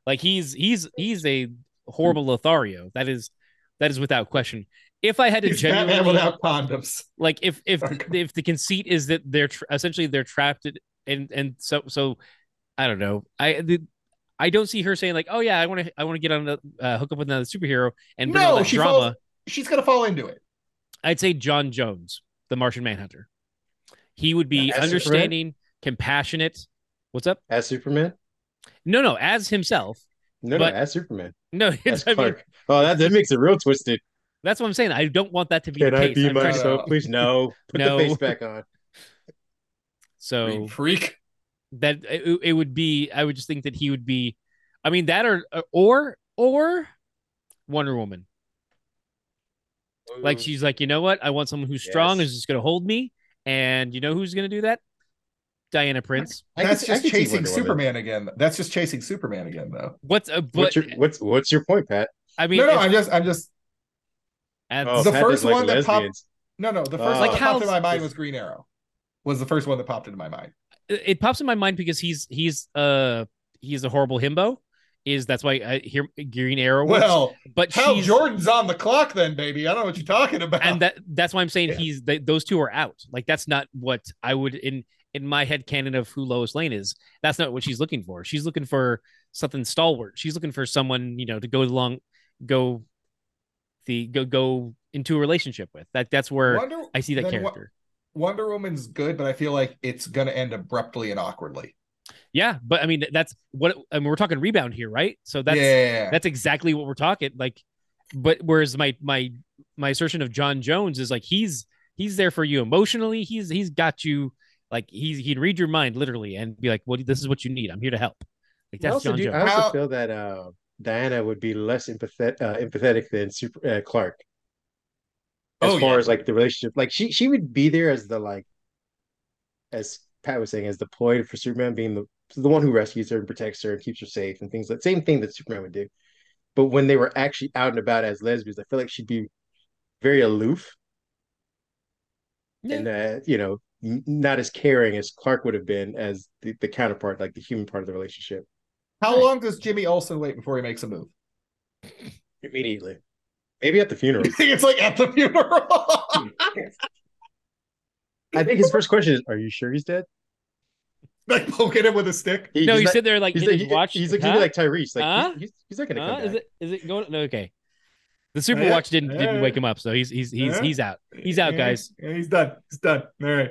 [SPEAKER 2] Like he's he's he's a horrible Lothario. That is that is without question. If I had to
[SPEAKER 1] He's Batman
[SPEAKER 2] genuinely
[SPEAKER 1] without condoms.
[SPEAKER 2] like if if
[SPEAKER 1] Sorry, go on.
[SPEAKER 2] if the conceit is that they're tr essentially they're trapped in, and and so so I don't know. I the, I don't see her saying like, "Oh yeah, I want to I want to get on the uh, hook up with another superhero and bring all
[SPEAKER 1] No,
[SPEAKER 2] that
[SPEAKER 1] she
[SPEAKER 2] drama."
[SPEAKER 1] falls- She's gonna fall into it.
[SPEAKER 2] I'd say John Jones, the Martian Manhunter. He would be
[SPEAKER 3] Yeah, as
[SPEAKER 2] understanding, compassionate. What's up?
[SPEAKER 3] As Superman?
[SPEAKER 2] No, no, as himself.
[SPEAKER 3] No,
[SPEAKER 2] But-
[SPEAKER 3] no,
[SPEAKER 2] [LAUGHS]
[SPEAKER 3] as Superman.
[SPEAKER 2] No,
[SPEAKER 3] As
[SPEAKER 2] I mean,
[SPEAKER 3] Clark. oh, that, that makes it real twisted.
[SPEAKER 2] that's what I'm saying. I don't want that to be
[SPEAKER 3] Can
[SPEAKER 2] the
[SPEAKER 3] I
[SPEAKER 2] case.
[SPEAKER 3] be
[SPEAKER 2] I'm trying to-
[SPEAKER 1] my-
[SPEAKER 3] myself, please? No. Put
[SPEAKER 2] No.
[SPEAKER 3] the face back on.
[SPEAKER 2] so
[SPEAKER 1] Green Freak.
[SPEAKER 2] that it, it would be. I would just think that he would be. I mean, that or or or Wonder Woman. Like she's like, you know what? I want someone who's strong,
[SPEAKER 3] Yes.
[SPEAKER 2] who's just going to hold me. And you know who's going to do that? Diana Prince.
[SPEAKER 3] I could-
[SPEAKER 1] That's
[SPEAKER 3] I
[SPEAKER 1] just
[SPEAKER 3] could see
[SPEAKER 1] chasing
[SPEAKER 3] Wonder Woman.
[SPEAKER 1] Superman again. That's just chasing Superman again, though.
[SPEAKER 2] What's a but?
[SPEAKER 3] What's your what's what's your point, Pat?
[SPEAKER 2] I mean,
[SPEAKER 1] no, no,
[SPEAKER 2] if-
[SPEAKER 1] I'm just, I'm just,
[SPEAKER 2] and-
[SPEAKER 3] Oh,
[SPEAKER 1] The
[SPEAKER 3] Pat doesn't
[SPEAKER 1] first one that popped-
[SPEAKER 3] lesbians.
[SPEAKER 1] no, no. The first
[SPEAKER 3] Uh,
[SPEAKER 1] one
[SPEAKER 2] Like
[SPEAKER 1] that
[SPEAKER 2] how-
[SPEAKER 1] popped in my mind was Green Arrow. Was the first one that popped into my mind.
[SPEAKER 2] it it pops in my mind because he's he's uh he's a horrible himbo. Is that's why I hear Green Arrow works.
[SPEAKER 1] Well,
[SPEAKER 2] but
[SPEAKER 1] Hal
[SPEAKER 2] she's
[SPEAKER 1] Jordan's on the clock, then, baby. I don't know what you're talking about.
[SPEAKER 2] and that that's why I'm saying
[SPEAKER 1] Yeah.
[SPEAKER 2] he's th- those two are out. Like that's not what I would in in my head canon of who Lois Lane is. That's not what she's looking for. She's looking for something stalwart. She's looking for someone you know to go along, go the go go into a relationship with. That that's where
[SPEAKER 1] Wonder,
[SPEAKER 2] I see that
[SPEAKER 1] then what-
[SPEAKER 2] character.
[SPEAKER 1] Wonder Woman's good, but I feel like it's going to end abruptly and awkwardly.
[SPEAKER 2] Yeah, but I mean that's what I mean, we're talking rebound here, right? So that's
[SPEAKER 1] yeah,
[SPEAKER 2] that's exactly what we're talking like but whereas my my my assertion of john jones is like he's he's there for you emotionally he's he's got you like he's he can read your mind literally and be like well this is what you need i'm here to help like
[SPEAKER 3] I
[SPEAKER 2] that's
[SPEAKER 3] also,
[SPEAKER 2] john
[SPEAKER 3] do, I
[SPEAKER 2] jones
[SPEAKER 3] also
[SPEAKER 1] How-
[SPEAKER 3] feel that uh, Diana would be less empathetic, uh, empathetic than Super uh, Clark. As
[SPEAKER 1] Oh,
[SPEAKER 3] far
[SPEAKER 1] yeah.
[SPEAKER 3] as like the relationship, like she she would be there as the like, as Pat was saying, as the ploy for Superman being the the one who rescues her and protects her and keeps her safe and things like same thing that Superman would do. But when they were actually out and about as lesbians, I feel like she'd be very aloof
[SPEAKER 2] Yeah.
[SPEAKER 3] and uh, you know n- not as caring as Clark would have been as the, the counterpart, like the human part of the relationship.
[SPEAKER 1] How long does Jimmy Olsen wait before he makes a move? [LAUGHS]
[SPEAKER 3] immediately. Maybe at the funeral.
[SPEAKER 1] You think it's like at the funeral?
[SPEAKER 3] [LAUGHS]
[SPEAKER 1] [LAUGHS]
[SPEAKER 3] I think his first question is, "Are you sure he's dead?"
[SPEAKER 1] like poking him with a stick?
[SPEAKER 3] He-
[SPEAKER 2] no
[SPEAKER 3] he's
[SPEAKER 2] he's
[SPEAKER 3] not-
[SPEAKER 2] sitting there like
[SPEAKER 3] he's
[SPEAKER 2] in
[SPEAKER 3] like,
[SPEAKER 2] his watch
[SPEAKER 3] he's like,
[SPEAKER 2] huh?
[SPEAKER 3] he's like Tyrese, like
[SPEAKER 2] Huh?
[SPEAKER 3] he's, he's, he's not gonna
[SPEAKER 2] Huh?
[SPEAKER 3] come
[SPEAKER 2] is
[SPEAKER 3] back.
[SPEAKER 2] it is it going no, okay The super
[SPEAKER 1] Yeah,
[SPEAKER 2] watch didn't
[SPEAKER 1] yeah.
[SPEAKER 2] didn't wake him up, so he's he's he's
[SPEAKER 1] Yeah.
[SPEAKER 2] he's out. He's out,
[SPEAKER 1] Yeah,
[SPEAKER 2] guys.
[SPEAKER 1] yeah, he's done. He's done. All right.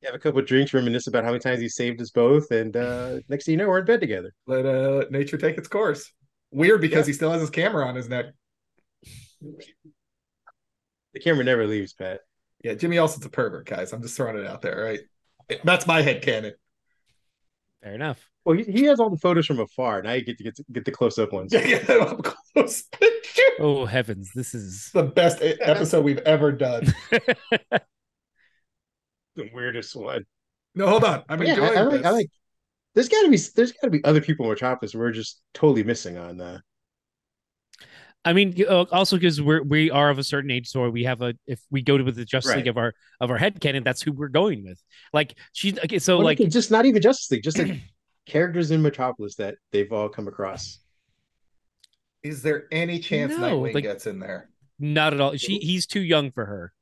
[SPEAKER 3] You have a couple of drinks, reminisce about how many times he saved us both, and uh, next thing you know, we're in bed together.
[SPEAKER 1] Let uh, let nature take its course. Weird because he still has his camera on his neck.
[SPEAKER 3] The camera never leaves, Pat.
[SPEAKER 1] Yeah, Jimmy Olsen's a pervert, guys. I'm just throwing it out there. All right. That's my head cannon. [LAUGHS]
[SPEAKER 2] Fair enough.
[SPEAKER 3] Well, he, he has all the photos from afar. Now you get to get, to, get the close up ones.
[SPEAKER 1] Yeah, yeah, up close [LAUGHS] picture.
[SPEAKER 2] Oh heavens, this is
[SPEAKER 1] the best e- episode we've ever done.
[SPEAKER 3] [LAUGHS] The weirdest one.
[SPEAKER 1] No, hold on. I'm
[SPEAKER 3] yeah,
[SPEAKER 1] enjoying
[SPEAKER 3] I, I like.
[SPEAKER 1] this.
[SPEAKER 3] I like. There's got to be. There's got to be other people in Metropolis we're just totally missing on. Uh,
[SPEAKER 2] I mean, you- uh, also because we're we are of a certain age, so we have a if we go with the Justice
[SPEAKER 3] Right.
[SPEAKER 2] League of our of our head canon, that's who we're going with. Like she, okay, so Oh,
[SPEAKER 3] Well,
[SPEAKER 2] like
[SPEAKER 3] okay, just not even Justice League, just
[SPEAKER 2] [CLEARS THROAT]
[SPEAKER 3] like characters in Metropolis that they've all come across.
[SPEAKER 1] Is there any chance
[SPEAKER 2] No,
[SPEAKER 1] Nightwing
[SPEAKER 2] like-
[SPEAKER 1] gets in there?
[SPEAKER 2] not at all. She he's too young for her.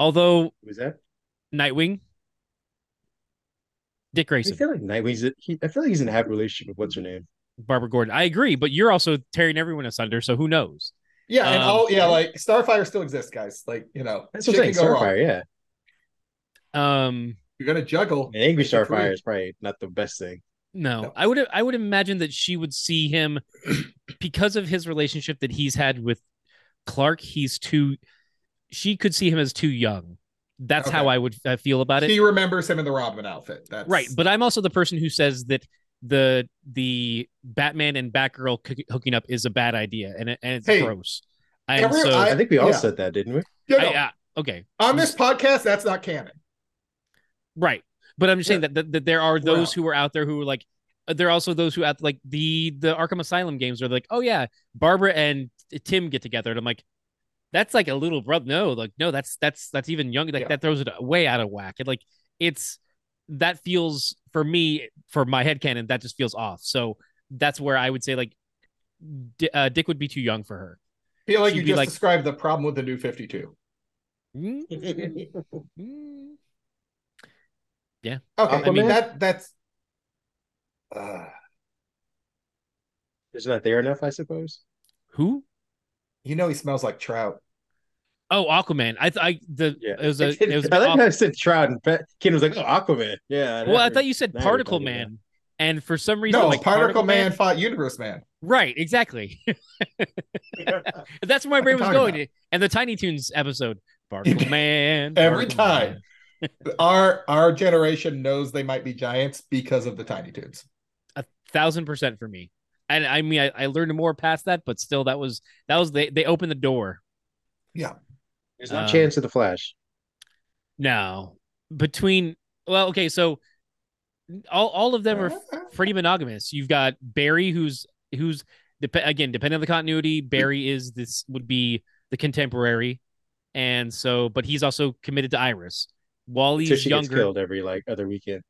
[SPEAKER 2] Although
[SPEAKER 3] Was that?
[SPEAKER 2] Nightwing, Dick
[SPEAKER 3] I
[SPEAKER 2] Grayson,
[SPEAKER 3] feel like Nightwing's. a- He, I feel like he's in a happy relationship with what's her name.
[SPEAKER 2] Barbara Gordon. I agree, but you're also tearing everyone asunder. So who knows?
[SPEAKER 1] Yeah, and
[SPEAKER 2] Um,
[SPEAKER 1] all yeah, like Starfire still exists, guys. Like you know,
[SPEAKER 3] That's what
[SPEAKER 1] shit
[SPEAKER 3] I'm saying.
[SPEAKER 1] can go wrong.
[SPEAKER 3] Starfire, yeah.
[SPEAKER 2] Um,
[SPEAKER 1] You're gonna juggle.
[SPEAKER 3] An angry
[SPEAKER 1] Make it three.
[SPEAKER 3] Starfire is probably not the best thing.
[SPEAKER 2] no,
[SPEAKER 1] No.
[SPEAKER 2] I would I would imagine that she would
[SPEAKER 1] [CLEARS THROAT]
[SPEAKER 2] see him because of his relationship that he's had with Clark. He's too. She could see him as too young. That's how
[SPEAKER 1] Okay.
[SPEAKER 2] I would uh, feel about it.
[SPEAKER 1] He remembers him in the Robin outfit. That's
[SPEAKER 2] Right, but I'm also the person who says that the the Batman and Batgirl coo- hooking up is a bad idea and it- and it's
[SPEAKER 1] Hey,
[SPEAKER 2] gross. And
[SPEAKER 1] every-
[SPEAKER 2] so
[SPEAKER 1] I-
[SPEAKER 3] I think we all
[SPEAKER 1] yeah.
[SPEAKER 3] said that, didn't we?
[SPEAKER 1] You know,
[SPEAKER 2] I- uh, okay,
[SPEAKER 1] on this podcast, that's not canon.
[SPEAKER 2] right. But I'm just saying that, that that there are those
[SPEAKER 1] Well.
[SPEAKER 2] who are out there who are like uh, there are also those who at like the the Arkham Asylum games are like, "Oh yeah, Barbara and Tim get together." And I'm like, that's like a little brother. No, like no, that's that's that's even younger. Like
[SPEAKER 1] Yeah.
[SPEAKER 2] that throws it way out of whack. And like it's that feels for me for my headcanon, that just feels off. So that's where I would say like D- uh, Dick would be too young for her.
[SPEAKER 1] I feel like
[SPEAKER 2] She'd
[SPEAKER 1] you
[SPEAKER 2] be
[SPEAKER 1] just
[SPEAKER 2] like-
[SPEAKER 1] described the problem with the New Fifty Two.
[SPEAKER 2] Mm,
[SPEAKER 1] Mm-hmm.
[SPEAKER 3] Aquaman
[SPEAKER 2] mm.
[SPEAKER 1] Okay, I mean
[SPEAKER 2] Aquaman?
[SPEAKER 1] that that's. Uh,
[SPEAKER 3] is not there enough, I suppose.
[SPEAKER 2] [LAUGHS] Who?
[SPEAKER 1] you know he smells like trout.
[SPEAKER 2] Oh, Aquaman. I th- I the
[SPEAKER 3] Yeah.
[SPEAKER 2] it was a it was
[SPEAKER 3] [LAUGHS] I
[SPEAKER 2] an
[SPEAKER 3] like
[SPEAKER 2] off-
[SPEAKER 3] how I said Trout and Pat, Ken was like, "Oh, Aquaman." Yeah.
[SPEAKER 2] well. I
[SPEAKER 3] never-
[SPEAKER 2] thought you said
[SPEAKER 3] now you're
[SPEAKER 2] Particle
[SPEAKER 3] talking about-
[SPEAKER 2] Man, and for some reason,
[SPEAKER 1] No,
[SPEAKER 2] like
[SPEAKER 1] Particle Man fought Universe Man.
[SPEAKER 2] Right, exactly. [LAUGHS] That's where my brain was
[SPEAKER 1] talking
[SPEAKER 2] going.
[SPEAKER 1] about
[SPEAKER 2] And the Tiny Toons episode,
[SPEAKER 1] [LAUGHS]
[SPEAKER 2] Particle Man.
[SPEAKER 1] Every
[SPEAKER 2] Particle
[SPEAKER 1] time.
[SPEAKER 2] Man.
[SPEAKER 1] our our generation knows they might be giants because of the Tiny Toons.
[SPEAKER 2] a thousand percent for me. And I mean, I, I learned more past that, but still, that was that was they they opened the door.
[SPEAKER 3] There's no
[SPEAKER 2] Um,
[SPEAKER 3] chance of the Flash.
[SPEAKER 2] No, between well, okay, so all all of them are pretty monogamous. You've got Barry, who's who's dep- again depending on the continuity. Barry is this would be the contemporary, and so but he's also committed to Iris. Wally's
[SPEAKER 3] So she gets
[SPEAKER 2] younger.
[SPEAKER 3] killed every like other weekend.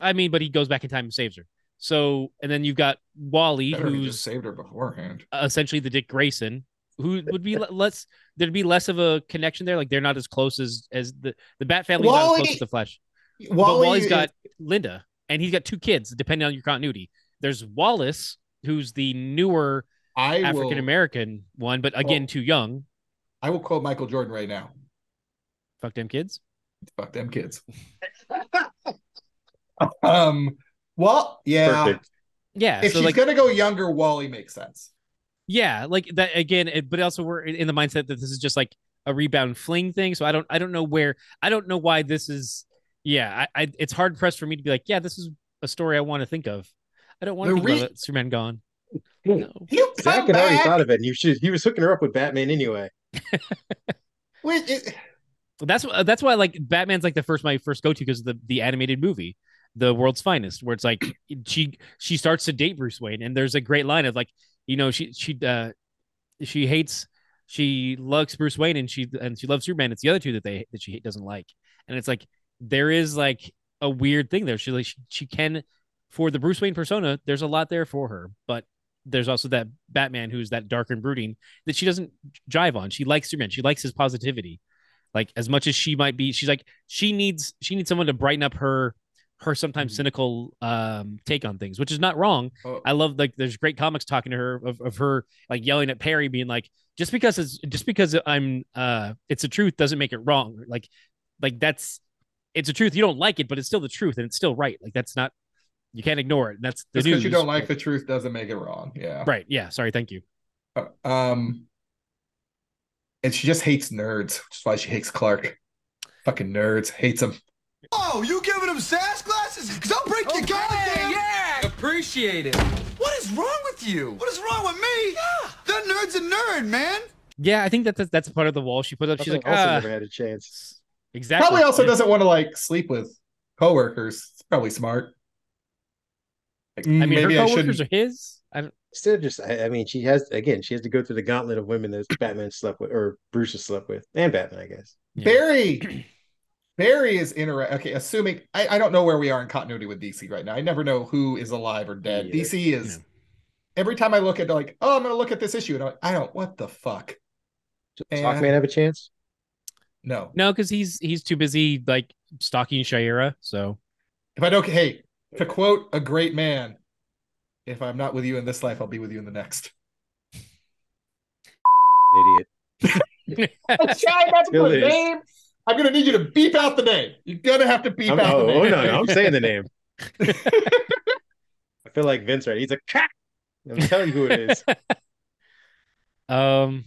[SPEAKER 2] I mean, but he goes back in time and saves her. So and then you've got Wally,
[SPEAKER 1] Better if he
[SPEAKER 2] who's
[SPEAKER 1] just saved her beforehand.
[SPEAKER 2] essentially the Dick Grayson, who would be le- less. There'd be less of a connection there. Like they're not as close as as the the Bat family not as
[SPEAKER 1] Wally-
[SPEAKER 2] close as the Flash.
[SPEAKER 1] Wally
[SPEAKER 2] but Wally's
[SPEAKER 1] is-
[SPEAKER 2] got Linda, and he's got two kids. Depending on your continuity, there's Wallace, who's the newer
[SPEAKER 1] I will-
[SPEAKER 2] African American one, but again
[SPEAKER 1] Well-
[SPEAKER 2] too young.
[SPEAKER 1] I will quote Michael Jordan right now.
[SPEAKER 2] Fuck them kids.
[SPEAKER 1] Fuck them kids. [LAUGHS] um. Well, yeah.
[SPEAKER 3] Perfect.
[SPEAKER 2] Yeah.
[SPEAKER 1] If
[SPEAKER 2] so
[SPEAKER 1] she's
[SPEAKER 2] like
[SPEAKER 1] gonna go younger, Wally makes sense.
[SPEAKER 2] yeah, like that again. It, but also we're in in the mindset that this is just like a rebound fling thing. So I don't I don't know where I don't know why this is. Yeah, I, I it's hard pressed for me to be like, yeah, this is a story I want to think of. I don't want to
[SPEAKER 1] The
[SPEAKER 2] think
[SPEAKER 1] re-
[SPEAKER 2] about it. Superman gone.
[SPEAKER 3] Hmm.
[SPEAKER 2] No.
[SPEAKER 1] You
[SPEAKER 3] Zach
[SPEAKER 1] come
[SPEAKER 3] had already
[SPEAKER 1] back.
[SPEAKER 3] thought of it. And he, was, he was hooking her up with Batman anyway.
[SPEAKER 1] Wait, it-
[SPEAKER 2] That's wh- that's why like Batman's like the first my first go to because of the the animated movie, The World's Finest, where it's like [CLEARS THROAT] she she starts to date Bruce Wayne, and there's a great line of like you know she she uh she hates she loves Bruce Wayne and she and she loves Superman. It's the other two that they that she doesn't like, and it's like there is like a weird thing there. She like she, she can for the Bruce Wayne persona. There's a lot there for her, but there's also that Batman who's that dark and brooding that she doesn't jive on. She likes Superman. She likes his positivity. Like as much as she might be, she's like she needs she needs someone to brighten up her her
[SPEAKER 1] Mm-hmm.
[SPEAKER 2] sometimes cynical um take on things, which is not wrong.
[SPEAKER 1] Oh.
[SPEAKER 2] I love like there's great comics talking to her of, of her like yelling at Perry, being like, just because it's just because I'm uh it's a truth doesn't make it wrong. Like like that's it's a truth. You don't like it, but it's still the truth and it's still right. Like that's not you can't ignore it. That's the
[SPEAKER 1] Just because you
[SPEAKER 2] news.
[SPEAKER 1] don't like the truth doesn't make it wrong. Yeah.
[SPEAKER 2] right. Yeah. Sorry, thank you.
[SPEAKER 1] Um, and she just hates nerds, which is why she hates Clark. Fucking nerds, hates him.
[SPEAKER 7] Oh, you giving him sass glasses? Cause I'll break your goddamn. Yeah, appreciate it. What is wrong with you? What is wrong with me? Yeah. That nerd's a nerd, man.
[SPEAKER 2] Yeah, I think that that's, that's part of the wall she put up. She's
[SPEAKER 3] Also-
[SPEAKER 2] like,
[SPEAKER 3] also
[SPEAKER 2] ah,
[SPEAKER 3] never had a chance.
[SPEAKER 2] exactly.
[SPEAKER 1] Probably also
[SPEAKER 2] Yeah.
[SPEAKER 1] doesn't want to like sleep with coworkers. It's probably smart. Like,
[SPEAKER 2] I mean,
[SPEAKER 1] maybe
[SPEAKER 2] her
[SPEAKER 1] I
[SPEAKER 2] coworkers
[SPEAKER 1] shouldn't.
[SPEAKER 2] are his. I don't.
[SPEAKER 3] Still, just I, I mean, she has again. She has to go through the gauntlet of women that Batman slept with, or Bruce has slept with, and Batman, I guess.
[SPEAKER 2] yeah.
[SPEAKER 1] Barry. Barry is interact. Okay, assuming I, I don't know where we are in continuity with DC right now. I never know who is alive or dead.
[SPEAKER 3] Yeah.
[SPEAKER 1] DC is every time I look at like, oh, I'm gonna look at this issue, and I'm like, I don't. What the fuck?
[SPEAKER 3] Does
[SPEAKER 1] And-
[SPEAKER 3] Hawkman have a chance?
[SPEAKER 1] No.
[SPEAKER 2] No, because he's he's too busy like stalking Shaira. So
[SPEAKER 1] If I don't, hey, to quote a great man, if I'm not with you in this life, I'll be with you in the next.
[SPEAKER 3] Idiot.
[SPEAKER 1] I'm trying not to
[SPEAKER 3] Still
[SPEAKER 1] put a
[SPEAKER 3] is.
[SPEAKER 1] name. I'm gonna need you to beep out the name. You're gonna have to beep
[SPEAKER 3] I'm,
[SPEAKER 1] out
[SPEAKER 3] oh,
[SPEAKER 1] the
[SPEAKER 3] oh,
[SPEAKER 1] name.
[SPEAKER 3] no, no, I'm saying
[SPEAKER 2] [LAUGHS]
[SPEAKER 3] the name. I feel like Vince right. He's a cat. I'm telling you who
[SPEAKER 2] [LAUGHS]
[SPEAKER 3] it is.
[SPEAKER 2] um,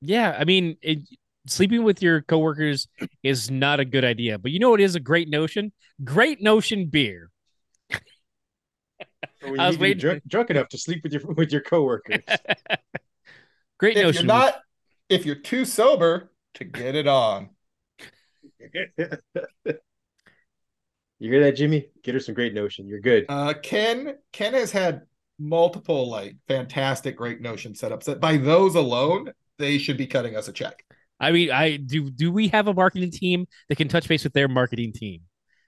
[SPEAKER 2] yeah. I mean, it, sleeping with your coworkers is not a good idea. But you know what is a great notion? Great notion beer.
[SPEAKER 3] When
[SPEAKER 2] I was
[SPEAKER 3] you need to be
[SPEAKER 2] waiting-
[SPEAKER 3] drunk, drunk enough to sleep with your with your coworker.
[SPEAKER 2] [LAUGHS]
[SPEAKER 3] [LAUGHS]
[SPEAKER 2] Great
[SPEAKER 1] If you're
[SPEAKER 2] notion.
[SPEAKER 1] not, if you're too sober to get it on,
[SPEAKER 3] you hear that, Jimmy? Get her some great notion. You're good.
[SPEAKER 1] uh, Ken Ken has had multiple like fantastic great notion setups that by those alone they should be cutting us a check.
[SPEAKER 2] I mean, I do. Do we have a marketing team that can touch base with their marketing team?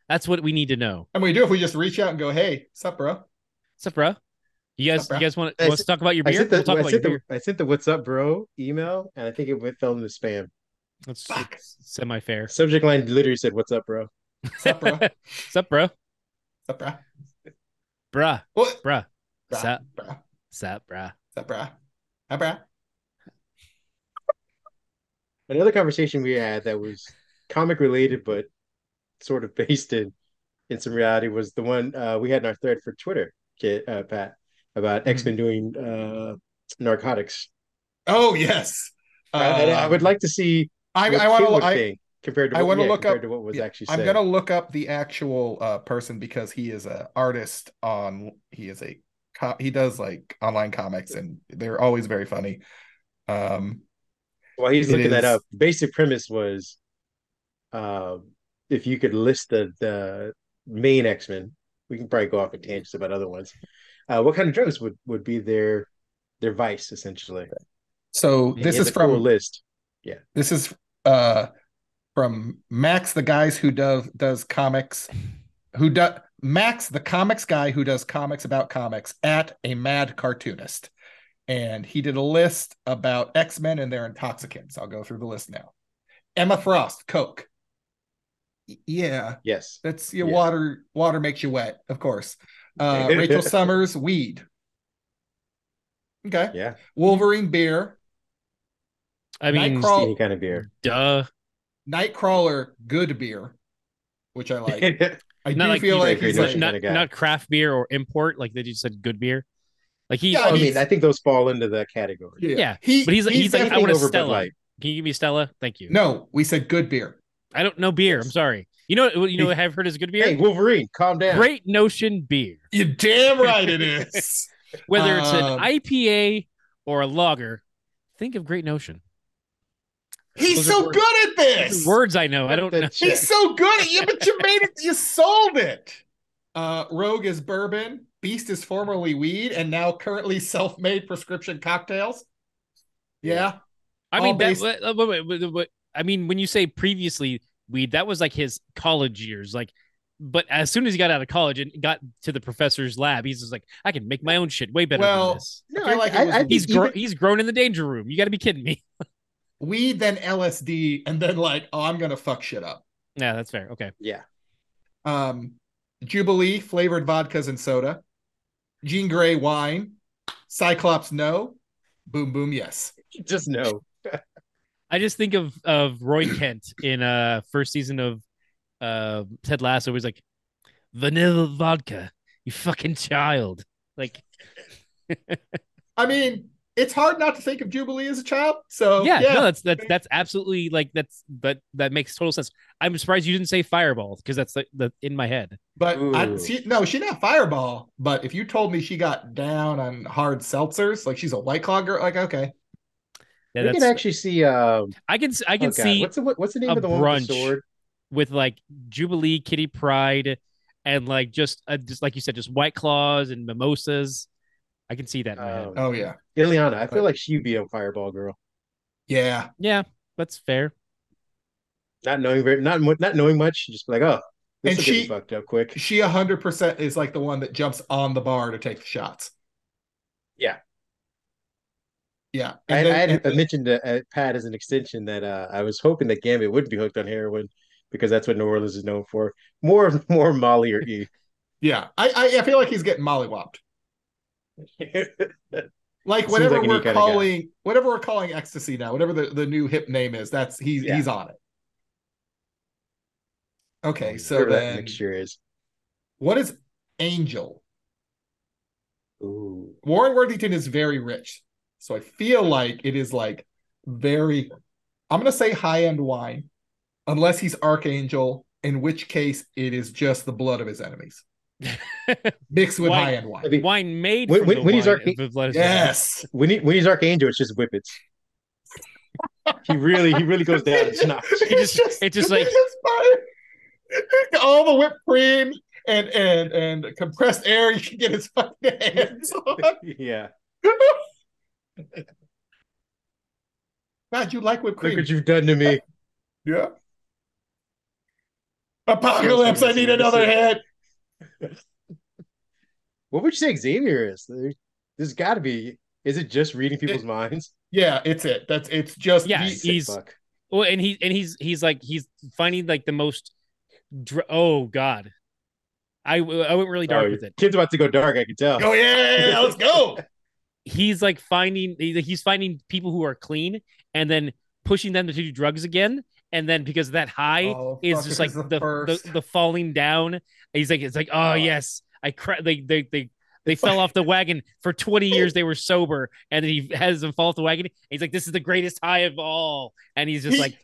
[SPEAKER 2] That's what we need to know.
[SPEAKER 1] And we do if we just reach out and go, hey, sup, bro?
[SPEAKER 2] What's up, bro? You guys,
[SPEAKER 1] Sup, bro?
[SPEAKER 2] you guys want
[SPEAKER 3] I
[SPEAKER 2] to let's
[SPEAKER 3] sent-
[SPEAKER 2] talk about your
[SPEAKER 3] I
[SPEAKER 2] beer?
[SPEAKER 3] sent the,
[SPEAKER 2] we'll talk
[SPEAKER 3] I
[SPEAKER 2] about your
[SPEAKER 3] sent the
[SPEAKER 2] beer.
[SPEAKER 3] I sent the what's up, bro email, and I think it went- fell into spam.
[SPEAKER 2] That's
[SPEAKER 1] Fuck.
[SPEAKER 2] semi fair.
[SPEAKER 3] Subject line literally said "What's up, bro."
[SPEAKER 1] Sup,
[SPEAKER 3] [LAUGHS]
[SPEAKER 1] bro?
[SPEAKER 2] What's up, bro?
[SPEAKER 1] sup, bro?
[SPEAKER 2] Bruh,
[SPEAKER 1] What?
[SPEAKER 2] bruh,
[SPEAKER 1] Bruh,
[SPEAKER 2] sup,
[SPEAKER 1] bruh,
[SPEAKER 2] sup, bruh.
[SPEAKER 1] sup, bruh? Hi, bruh?
[SPEAKER 3] Another conversation we had that was comic related, but sort of [LAUGHS] based in in some reality was the one uh, we had in our thread for Twitter, Kit, uh, Pat, about X
[SPEAKER 1] Mm-hmm.
[SPEAKER 3] Men doing uh, narcotics.
[SPEAKER 1] Oh yes.
[SPEAKER 3] I, I
[SPEAKER 1] Um,
[SPEAKER 3] would like to see
[SPEAKER 1] I,
[SPEAKER 3] what
[SPEAKER 1] I want
[SPEAKER 3] Kit would
[SPEAKER 1] to. I,
[SPEAKER 3] think compared to
[SPEAKER 1] I
[SPEAKER 3] what,
[SPEAKER 1] wanna
[SPEAKER 3] yeah,
[SPEAKER 1] look
[SPEAKER 3] compared
[SPEAKER 1] up-
[SPEAKER 3] to what was
[SPEAKER 1] yeah,
[SPEAKER 3] actually said.
[SPEAKER 1] I'm gonna look up the actual uh, person because he is a artist on. He is a co- he does like online comics and they're always very funny. Um,
[SPEAKER 3] While he's
[SPEAKER 1] It
[SPEAKER 3] looking that
[SPEAKER 1] is-
[SPEAKER 3] up, basic premise was um, if you could list the, the main X Men, we can probably go off in tangents about other ones. Uh, what kind of drugs would, would be their their vice essentially?
[SPEAKER 1] so
[SPEAKER 3] And
[SPEAKER 1] this
[SPEAKER 3] he
[SPEAKER 1] is
[SPEAKER 3] has a cool
[SPEAKER 1] from
[SPEAKER 3] list.
[SPEAKER 1] this is uh from Max, the guys who does does comics, who does Max, the comics guy who does comics about comics at a mad cartoonist, and he did a list about X Men and their intoxicants. I'll go through the list now. Emma Frost, Coke. Y- Yeah,
[SPEAKER 3] Yes.
[SPEAKER 1] that's your
[SPEAKER 3] Yeah.
[SPEAKER 1] water. Water makes you wet, of course. Uh, [LAUGHS] Rachel Summers, weed. Okay.
[SPEAKER 3] Yeah.
[SPEAKER 1] Wolverine beer.
[SPEAKER 2] I mean,
[SPEAKER 1] Nightcrawler-
[SPEAKER 3] Any kind of beer.
[SPEAKER 2] duh.
[SPEAKER 1] Nightcrawler, good beer, which I
[SPEAKER 3] [LAUGHS]
[SPEAKER 1] like.
[SPEAKER 2] [LAUGHS]
[SPEAKER 1] I
[SPEAKER 2] Not
[SPEAKER 1] do
[SPEAKER 2] like
[SPEAKER 1] feel
[SPEAKER 2] he's
[SPEAKER 1] like
[SPEAKER 3] like
[SPEAKER 1] he's
[SPEAKER 3] Great
[SPEAKER 1] like
[SPEAKER 3] Ocean.
[SPEAKER 2] not,
[SPEAKER 3] kinda guy.
[SPEAKER 2] not craft beer or import, like they just said good beer. Like he, oh,
[SPEAKER 1] Yeah,
[SPEAKER 3] I
[SPEAKER 1] mean,
[SPEAKER 3] mean, I think those fall into that category.
[SPEAKER 2] Yeah,
[SPEAKER 1] He,
[SPEAKER 2] but he's like, he's, like, I
[SPEAKER 1] definitely-
[SPEAKER 2] want a
[SPEAKER 3] over Bud
[SPEAKER 2] Stella.
[SPEAKER 3] Light.
[SPEAKER 2] Can you give me Stella? Thank you.
[SPEAKER 1] no. We said good beer.
[SPEAKER 2] I don't know beer. I'm sorry. You know, you know, what I've heard is good beer.
[SPEAKER 3] Hey, Wolverine, calm down.
[SPEAKER 2] Great notion beer,
[SPEAKER 1] You damn right
[SPEAKER 2] [LAUGHS]
[SPEAKER 1] it is.
[SPEAKER 2] whether it's
[SPEAKER 1] Um,
[SPEAKER 2] an IPA or a lager. Think of Great Notion.
[SPEAKER 1] he's
[SPEAKER 2] Those are
[SPEAKER 1] so
[SPEAKER 2] words.
[SPEAKER 1] good at
[SPEAKER 2] Those
[SPEAKER 1] this.
[SPEAKER 2] are Words I know. I don't know.
[SPEAKER 1] He's so good at you, but you made it. You sold it. [LAUGHS] Uh, Rogue is bourbon. Beast is formerly weed and now currently self-made prescription cocktails. Yeah,
[SPEAKER 2] I mean,
[SPEAKER 1] all
[SPEAKER 2] that,
[SPEAKER 1] based-
[SPEAKER 2] wait, wait, wait, wait, wait. I mean, when you say previously weed, that was like his college years. Like, but as soon as he got out of college and got to the professor's lab, he's just like, I can make my own shit way better
[SPEAKER 1] Well,
[SPEAKER 2] than this.
[SPEAKER 1] I feel like it was
[SPEAKER 3] think
[SPEAKER 2] He's
[SPEAKER 3] even-
[SPEAKER 2] gro- he's grown in the danger room. You got to be kidding me. [LAUGHS]
[SPEAKER 1] weed then LSD and then like, oh, I'm gonna fuck shit up.
[SPEAKER 2] Yeah, that's fair. Okay.
[SPEAKER 3] Yeah.
[SPEAKER 1] Um, Jubilee flavored vodkas and soda, Jean Grey wine, Cyclops no, Boom Boom yes.
[SPEAKER 3] [LAUGHS] Just no.
[SPEAKER 2] I just think of of Roy Kent in uh first season of uh Ted Lasso. He's like vanilla vodka, you fucking child. Like
[SPEAKER 1] I mean, it's hard not to think of Jubilee as a child.
[SPEAKER 3] Oh,
[SPEAKER 1] So
[SPEAKER 2] yeah,
[SPEAKER 1] yeah,
[SPEAKER 2] no, that's that's that's absolutely like that's that that makes total sense. I'm surprised you didn't say fireball because that's like the in my head.
[SPEAKER 1] but I,
[SPEAKER 3] Ooh.
[SPEAKER 1] she, no, she not Fireball. But if you told me she got down on hard seltzers, like she's a white claw girl, like okay,
[SPEAKER 2] Yeah,
[SPEAKER 3] we
[SPEAKER 2] that's
[SPEAKER 3] can actually see. Um,
[SPEAKER 2] I can s- I can
[SPEAKER 3] oh, God,
[SPEAKER 2] see
[SPEAKER 3] what's the what- what's the name
[SPEAKER 2] a
[SPEAKER 3] of the one
[SPEAKER 2] brunch.
[SPEAKER 3] with the sword?
[SPEAKER 2] with like Jubilee, Kitty Pride, and like just uh, just like you said, just White Claws and mimosas. I can see that. in my head.
[SPEAKER 3] Um,
[SPEAKER 1] oh yeah,
[SPEAKER 3] Ileana, I feel like she'd be a Fireball girl.
[SPEAKER 1] yeah,
[SPEAKER 2] Yeah, that's fair.
[SPEAKER 3] Not knowing very, not mu- not knowing much, just be like, oh, this
[SPEAKER 1] And
[SPEAKER 3] will get me
[SPEAKER 1] she-
[SPEAKER 3] fucked up quick.
[SPEAKER 1] she hundred percent is like the one that jumps on the bar to take the shots.
[SPEAKER 3] Yeah.
[SPEAKER 1] yeah.
[SPEAKER 3] I,
[SPEAKER 1] And then-
[SPEAKER 3] I had
[SPEAKER 1] and then-
[SPEAKER 3] mentioned to uh, Pat as an extension that uh, I was hoping that Gambit would be hooked on heroin because that's what New Orleans is known for. More, more Molly or
[SPEAKER 1] [LAUGHS]
[SPEAKER 3] E.
[SPEAKER 1] yeah, I, I I feel like he's getting mollywopped. Like
[SPEAKER 3] [LAUGHS] Seems
[SPEAKER 1] whatever
[SPEAKER 3] like an E
[SPEAKER 1] we're
[SPEAKER 3] kinda guy.
[SPEAKER 1] calling whatever we're calling ecstasy now, whatever the, the new hip name is, that's he's
[SPEAKER 3] Yeah.
[SPEAKER 1] he's on it. Okay, so
[SPEAKER 3] Whatever that
[SPEAKER 1] then
[SPEAKER 3] mixture is.
[SPEAKER 1] what is Angel?
[SPEAKER 3] Ooh,
[SPEAKER 1] Warren Worthington is very rich. So I feel like it is like very, I'm going to say high end wine, unless he's Archangel, in which case it is just the blood of his enemies mixed with
[SPEAKER 2] Wine.
[SPEAKER 1] high end wine.
[SPEAKER 3] That'd be-
[SPEAKER 2] wine made
[SPEAKER 3] When-
[SPEAKER 2] from
[SPEAKER 3] when-
[SPEAKER 2] the
[SPEAKER 3] when he's
[SPEAKER 2] wine
[SPEAKER 3] arca-
[SPEAKER 2] of the blood of the-
[SPEAKER 1] Yes.
[SPEAKER 3] when he when he's Archangel, it's just whippets. he really, he really goes
[SPEAKER 1] [LAUGHS]
[SPEAKER 3] down. It's not.
[SPEAKER 1] It's just,
[SPEAKER 2] it's just like-
[SPEAKER 1] it's [LAUGHS] fire. all the whipped cream and and and compressed air you can get his fucking hands on.
[SPEAKER 3] [LAUGHS] Yeah.
[SPEAKER 1] God, you like whipped
[SPEAKER 3] Look
[SPEAKER 1] cream?
[SPEAKER 3] what you've done to me.
[SPEAKER 1] Yeah. Apocalypse! I need another hit.
[SPEAKER 3] What would you say Xavier is? There, there's got to be. Is it just reading people's minds?
[SPEAKER 1] Yeah, it's it. That's it's just
[SPEAKER 2] Yeah,
[SPEAKER 1] he-
[SPEAKER 2] He's- he's-
[SPEAKER 3] Fuck.
[SPEAKER 2] Well, and he and he's he's like he's finding like the most. Dr- oh God, I w- I went really dark
[SPEAKER 3] Oh,
[SPEAKER 2] with it.
[SPEAKER 3] Kid's about to go dark. I can tell.
[SPEAKER 1] Oh yeah, let's go.
[SPEAKER 2] He's like finding he- he's finding people who are clean and then pushing them to do drugs again, and then because of that high
[SPEAKER 1] Oh,
[SPEAKER 2] is
[SPEAKER 1] fuck,
[SPEAKER 2] just like
[SPEAKER 1] this
[SPEAKER 2] the
[SPEAKER 1] is
[SPEAKER 2] the, the
[SPEAKER 1] first.
[SPEAKER 2] falling down. And he's like it's like oh, yes, I cra- they they they. They
[SPEAKER 1] [LAUGHS]
[SPEAKER 2] fell off the wagon for 20 years. They were sober, and then he has them fall off the wagon. And he's like, "This is the greatest high of all," and he's just
[SPEAKER 1] He-
[SPEAKER 2] like,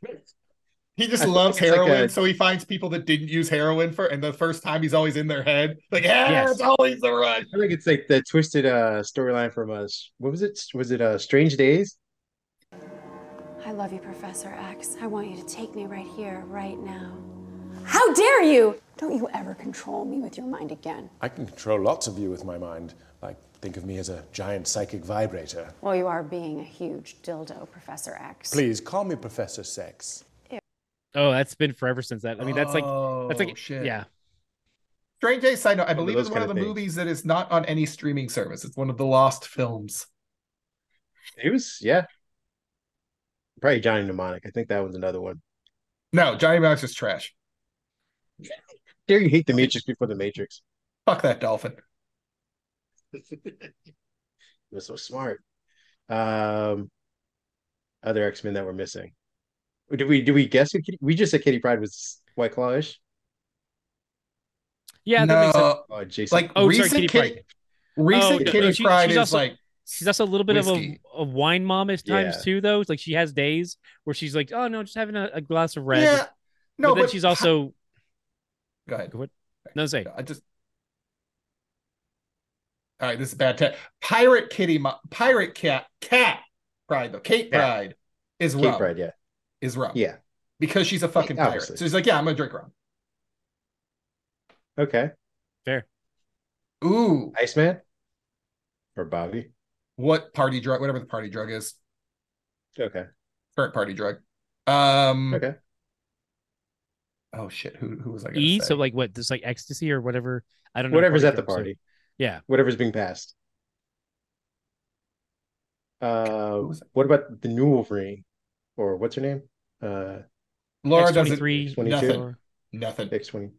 [SPEAKER 1] He just
[SPEAKER 3] I feel
[SPEAKER 1] loves
[SPEAKER 3] like it's like
[SPEAKER 1] heroin,
[SPEAKER 3] a-
[SPEAKER 1] so he finds people that didn't use heroin for, and the first time he's always in their head, like, yeah,
[SPEAKER 2] Yes.
[SPEAKER 1] it's always the rush.
[SPEAKER 3] I think it's like the twisted uh storyline from us. What was it? Was it uh Strange Days?
[SPEAKER 8] I love you, Professor X. I want you to take me right here, right now. How dare you! Don't you ever control me with your mind again.
[SPEAKER 9] I can control lots of you with my mind. Like, think of me as a giant psychic vibrator.
[SPEAKER 8] Well, you are being a huge dildo, Professor X.
[SPEAKER 9] Please call me Professor Sex.
[SPEAKER 2] Oh, that's been forever since that. I mean, that's like that's like
[SPEAKER 1] Oh, shit.
[SPEAKER 2] yeah.
[SPEAKER 1] Strange Days side note, I believe
[SPEAKER 3] those
[SPEAKER 1] it's one of the
[SPEAKER 3] kinda things.
[SPEAKER 1] movies that is not on any streaming service. It's one of the lost films.
[SPEAKER 3] It was yeah. Probably Johnny Mnemonic. I think that was another one.
[SPEAKER 1] No, Johnny Max is trash.
[SPEAKER 3] Dare you hate the Matrix before the Matrix?
[SPEAKER 1] Fuck that dolphin.
[SPEAKER 3] You're so smart. Um, other X Men that we're missing. Did we did we guess who Kitty, we just said Kitty Pride was White Clawish?
[SPEAKER 2] Yeah, that makes sense.
[SPEAKER 1] No,
[SPEAKER 3] Oh, Jason.
[SPEAKER 1] like
[SPEAKER 2] Oh, sorry,
[SPEAKER 1] recent
[SPEAKER 2] Kitty
[SPEAKER 1] Kitty, recent
[SPEAKER 2] Oh, no,
[SPEAKER 1] Kitty
[SPEAKER 2] she-
[SPEAKER 1] Pride
[SPEAKER 2] she's
[SPEAKER 1] is
[SPEAKER 2] also-
[SPEAKER 1] like
[SPEAKER 2] She's also a little bit
[SPEAKER 1] Whiskey.
[SPEAKER 2] of a, a wine mom at times
[SPEAKER 3] Yeah.
[SPEAKER 2] too, though. It's like she has days where she's like, "Oh no, just having a, a glass of red."
[SPEAKER 1] yeah. No,
[SPEAKER 2] but then she's also
[SPEAKER 1] [LAUGHS] go ahead.
[SPEAKER 2] no say.
[SPEAKER 1] I just. All right, this is bad. Te- Pirate Kitty, Mo- Pirate Cat, Cat Pride though. Kate
[SPEAKER 3] Cat.
[SPEAKER 1] Pride is
[SPEAKER 3] Kitty
[SPEAKER 1] rum.
[SPEAKER 3] Pride, yeah.
[SPEAKER 1] Is rum.
[SPEAKER 3] Yeah.
[SPEAKER 1] Because she's a fucking pirate.
[SPEAKER 3] obviously.
[SPEAKER 1] So she's like, yeah, I'm gonna drink rum.
[SPEAKER 3] Okay.
[SPEAKER 1] Ooh,
[SPEAKER 3] Iceman? Or Bobby.
[SPEAKER 1] what party drug? Whatever the party drug is,
[SPEAKER 3] Okay.
[SPEAKER 1] current party drug.
[SPEAKER 2] Hmm.
[SPEAKER 1] Um.
[SPEAKER 3] Okay.
[SPEAKER 1] Oh shit. Who who was I? Gonna
[SPEAKER 2] E
[SPEAKER 1] say?
[SPEAKER 2] so like what just like ecstasy or whatever. I don't know.
[SPEAKER 3] Whatever's at the
[SPEAKER 2] drugs are.
[SPEAKER 3] party.
[SPEAKER 2] Yeah.
[SPEAKER 3] Whatever's being passed. Uh
[SPEAKER 1] Who was that?
[SPEAKER 3] what about the new Wolverine? Or what's her name? Uh
[SPEAKER 1] Laura doesn't
[SPEAKER 2] X23,
[SPEAKER 1] nothing.
[SPEAKER 2] or-
[SPEAKER 1] Nothing.
[SPEAKER 3] X twenty.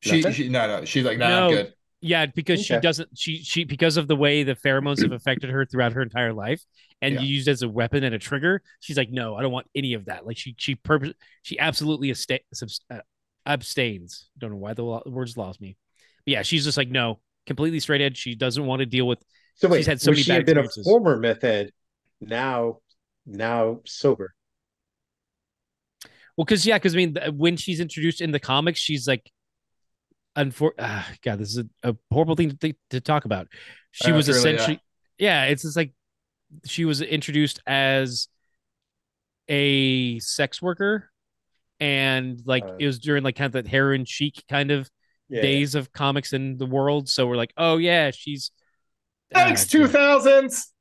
[SPEAKER 1] She,
[SPEAKER 3] Nothing?
[SPEAKER 1] she no no she's like no I'm
[SPEAKER 2] No.
[SPEAKER 1] good.
[SPEAKER 2] Yeah, because she
[SPEAKER 3] Okay.
[SPEAKER 2] doesn't she she because of the way the pheromones have affected her throughout her entire life and
[SPEAKER 1] Yeah.
[SPEAKER 2] used as a weapon and a trigger, she's like, no, I don't want any of that. Like she she purpose she absolutely absta- subs- uh, abstains. Don't know why the lo- words lost me. But yeah, she's just like, no, completely straight edge. She doesn't want to deal with.
[SPEAKER 3] So
[SPEAKER 2] She's
[SPEAKER 3] wait,
[SPEAKER 2] had so
[SPEAKER 3] would
[SPEAKER 2] many
[SPEAKER 3] she
[SPEAKER 2] bad
[SPEAKER 3] have been a
[SPEAKER 2] experiences.
[SPEAKER 3] former meth head, now now sober?
[SPEAKER 2] Well, because yeah, because I mean, th- when she's introduced in the comics, she's like, unfor- ah, God, this is a, a horrible thing to, think to talk about. She
[SPEAKER 1] Uh,
[SPEAKER 2] was
[SPEAKER 1] it's really, yeah.
[SPEAKER 2] essentially, yeah. it's just like she was introduced as a sex worker, and like
[SPEAKER 3] Uh,
[SPEAKER 2] it was during like kind of that heroin chic kind of
[SPEAKER 3] Yeah.
[SPEAKER 2] days of comics in the world. So we're like, oh yeah, she's
[SPEAKER 1] Thanks
[SPEAKER 2] ah,
[SPEAKER 1] two
[SPEAKER 2] dude.
[SPEAKER 1] thousands.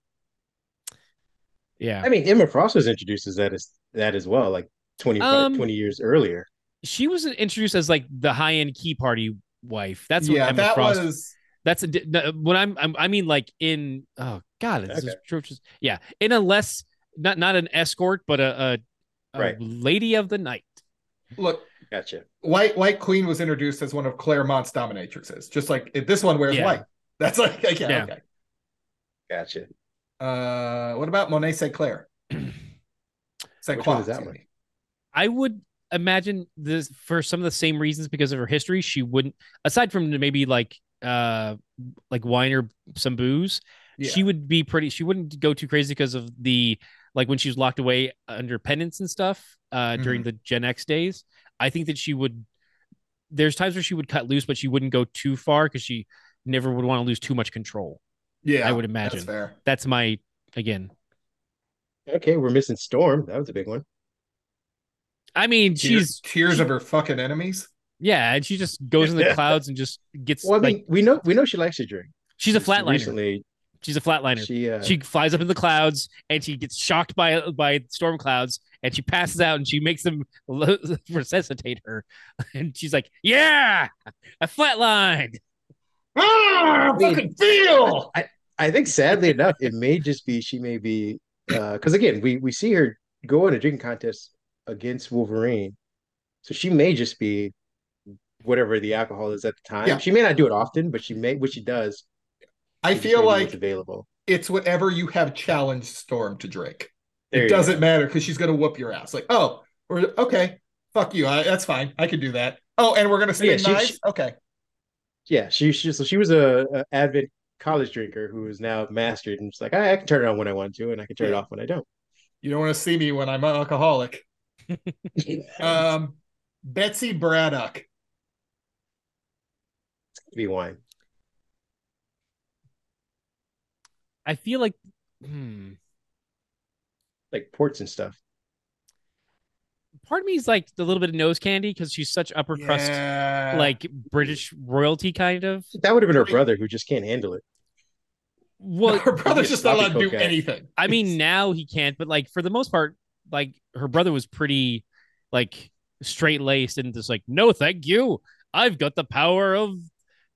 [SPEAKER 2] Yeah,
[SPEAKER 3] I mean, Emma Frost was introduced as that as that as well, like 25,
[SPEAKER 2] Um,
[SPEAKER 3] 20 years earlier.
[SPEAKER 2] she was introduced as like the high end key party wife. That's what
[SPEAKER 1] yeah
[SPEAKER 2] Emma
[SPEAKER 1] that
[SPEAKER 2] Frost
[SPEAKER 1] was
[SPEAKER 2] That's a di- no, when I'm, I'm I mean like in oh god it's
[SPEAKER 3] Okay.
[SPEAKER 2] atrocious yeah in a less not not an escort but a, a, a
[SPEAKER 3] Right.
[SPEAKER 2] lady of the night
[SPEAKER 1] look
[SPEAKER 3] Gotcha.
[SPEAKER 1] White White Queen was introduced as one of Claremont's dominatrixes, just like it- this one wears
[SPEAKER 2] Yeah.
[SPEAKER 1] white. That's like [LAUGHS] like, yeah,
[SPEAKER 2] Yeah.
[SPEAKER 1] okay.
[SPEAKER 3] Gotcha.
[SPEAKER 1] Uh, what about Monet St.
[SPEAKER 2] [CLEARS THROAT]
[SPEAKER 1] Clair? St.
[SPEAKER 3] Which one
[SPEAKER 1] Clair.
[SPEAKER 3] is that
[SPEAKER 1] excuse
[SPEAKER 3] one?
[SPEAKER 1] me.
[SPEAKER 2] I would imagine this for some of the same reasons because of her history she wouldn't aside from maybe like uh like wine or some booze
[SPEAKER 1] Yeah.
[SPEAKER 2] she would be pretty she wouldn't go too crazy because of the like when she was locked away under penance and stuff uh during the gen x days i think that she would there's times where she would cut loose but she wouldn't go too far because she never would want to lose too much control
[SPEAKER 1] yeah,
[SPEAKER 2] i would
[SPEAKER 1] that's
[SPEAKER 2] imagine that's,
[SPEAKER 1] fair.
[SPEAKER 2] my again
[SPEAKER 3] Okay, we're missing Storm. That was a big one.
[SPEAKER 2] i mean
[SPEAKER 1] Tears,
[SPEAKER 2] she's
[SPEAKER 1] tears
[SPEAKER 2] she-
[SPEAKER 1] of her fucking enemies.
[SPEAKER 2] yeah and she just goes in the clouds and just gets
[SPEAKER 3] Well, I mean,
[SPEAKER 2] like
[SPEAKER 3] we know we know she likes to drink.
[SPEAKER 2] she's a
[SPEAKER 3] Just
[SPEAKER 2] flatliner
[SPEAKER 3] Recently,
[SPEAKER 2] she's a flatliner
[SPEAKER 3] she uh,
[SPEAKER 2] she flies up in the clouds and she gets shocked by by storm clouds and she passes out and she makes them [LAUGHS] lo- resuscitate her [LAUGHS] and she's like yeah i flatlined
[SPEAKER 1] Ah,
[SPEAKER 3] mean-
[SPEAKER 1] fucking feel.
[SPEAKER 3] I, I think sadly enough, it may just be she may be because again, we we see her go in a drinking contest against Wolverine, so she may just be whatever the alcohol is at the time.
[SPEAKER 1] Yeah.
[SPEAKER 3] She may not do it often, but she may what she does.
[SPEAKER 1] I
[SPEAKER 3] she just
[SPEAKER 1] feel
[SPEAKER 3] may be what's
[SPEAKER 1] like
[SPEAKER 3] available.
[SPEAKER 1] it's whatever you have challenged Storm to drink.
[SPEAKER 3] There
[SPEAKER 1] it
[SPEAKER 3] you
[SPEAKER 1] doesn't
[SPEAKER 3] go.
[SPEAKER 1] matter because she's gonna whoop your ass. Like, oh, or okay, fuck you. I, that's fine. I can do that. Oh, and we're gonna spin
[SPEAKER 3] yeah, she-
[SPEAKER 1] knives.
[SPEAKER 3] she-
[SPEAKER 1] okay,
[SPEAKER 3] Yeah, she she so she was a, a avid college drinker who is now mastered and it's like I, I can turn it on when I want to and I can turn it
[SPEAKER 1] Yeah.
[SPEAKER 3] off when I don't.
[SPEAKER 1] you don't want to see me when I'm an
[SPEAKER 2] [LAUGHS]
[SPEAKER 1] alcoholic. Um, Betsy Braddock.
[SPEAKER 3] be wine.
[SPEAKER 2] i feel like hmm,
[SPEAKER 3] Like ports and stuff.
[SPEAKER 2] part of me is like a little bit of nose candy because she's such upper crust
[SPEAKER 1] Yeah.
[SPEAKER 2] like british royalty kind of
[SPEAKER 3] That would have been her brother who just can't handle it.
[SPEAKER 1] [LAUGHS]
[SPEAKER 2] well
[SPEAKER 1] her brother's
[SPEAKER 3] he's a
[SPEAKER 1] just not allowed
[SPEAKER 3] sloppy
[SPEAKER 1] to do
[SPEAKER 3] cocaine.
[SPEAKER 1] anything.
[SPEAKER 2] I mean, now he can't, but like for the most part, like her brother was pretty like straight laced and just like, no, thank you. I've got the power of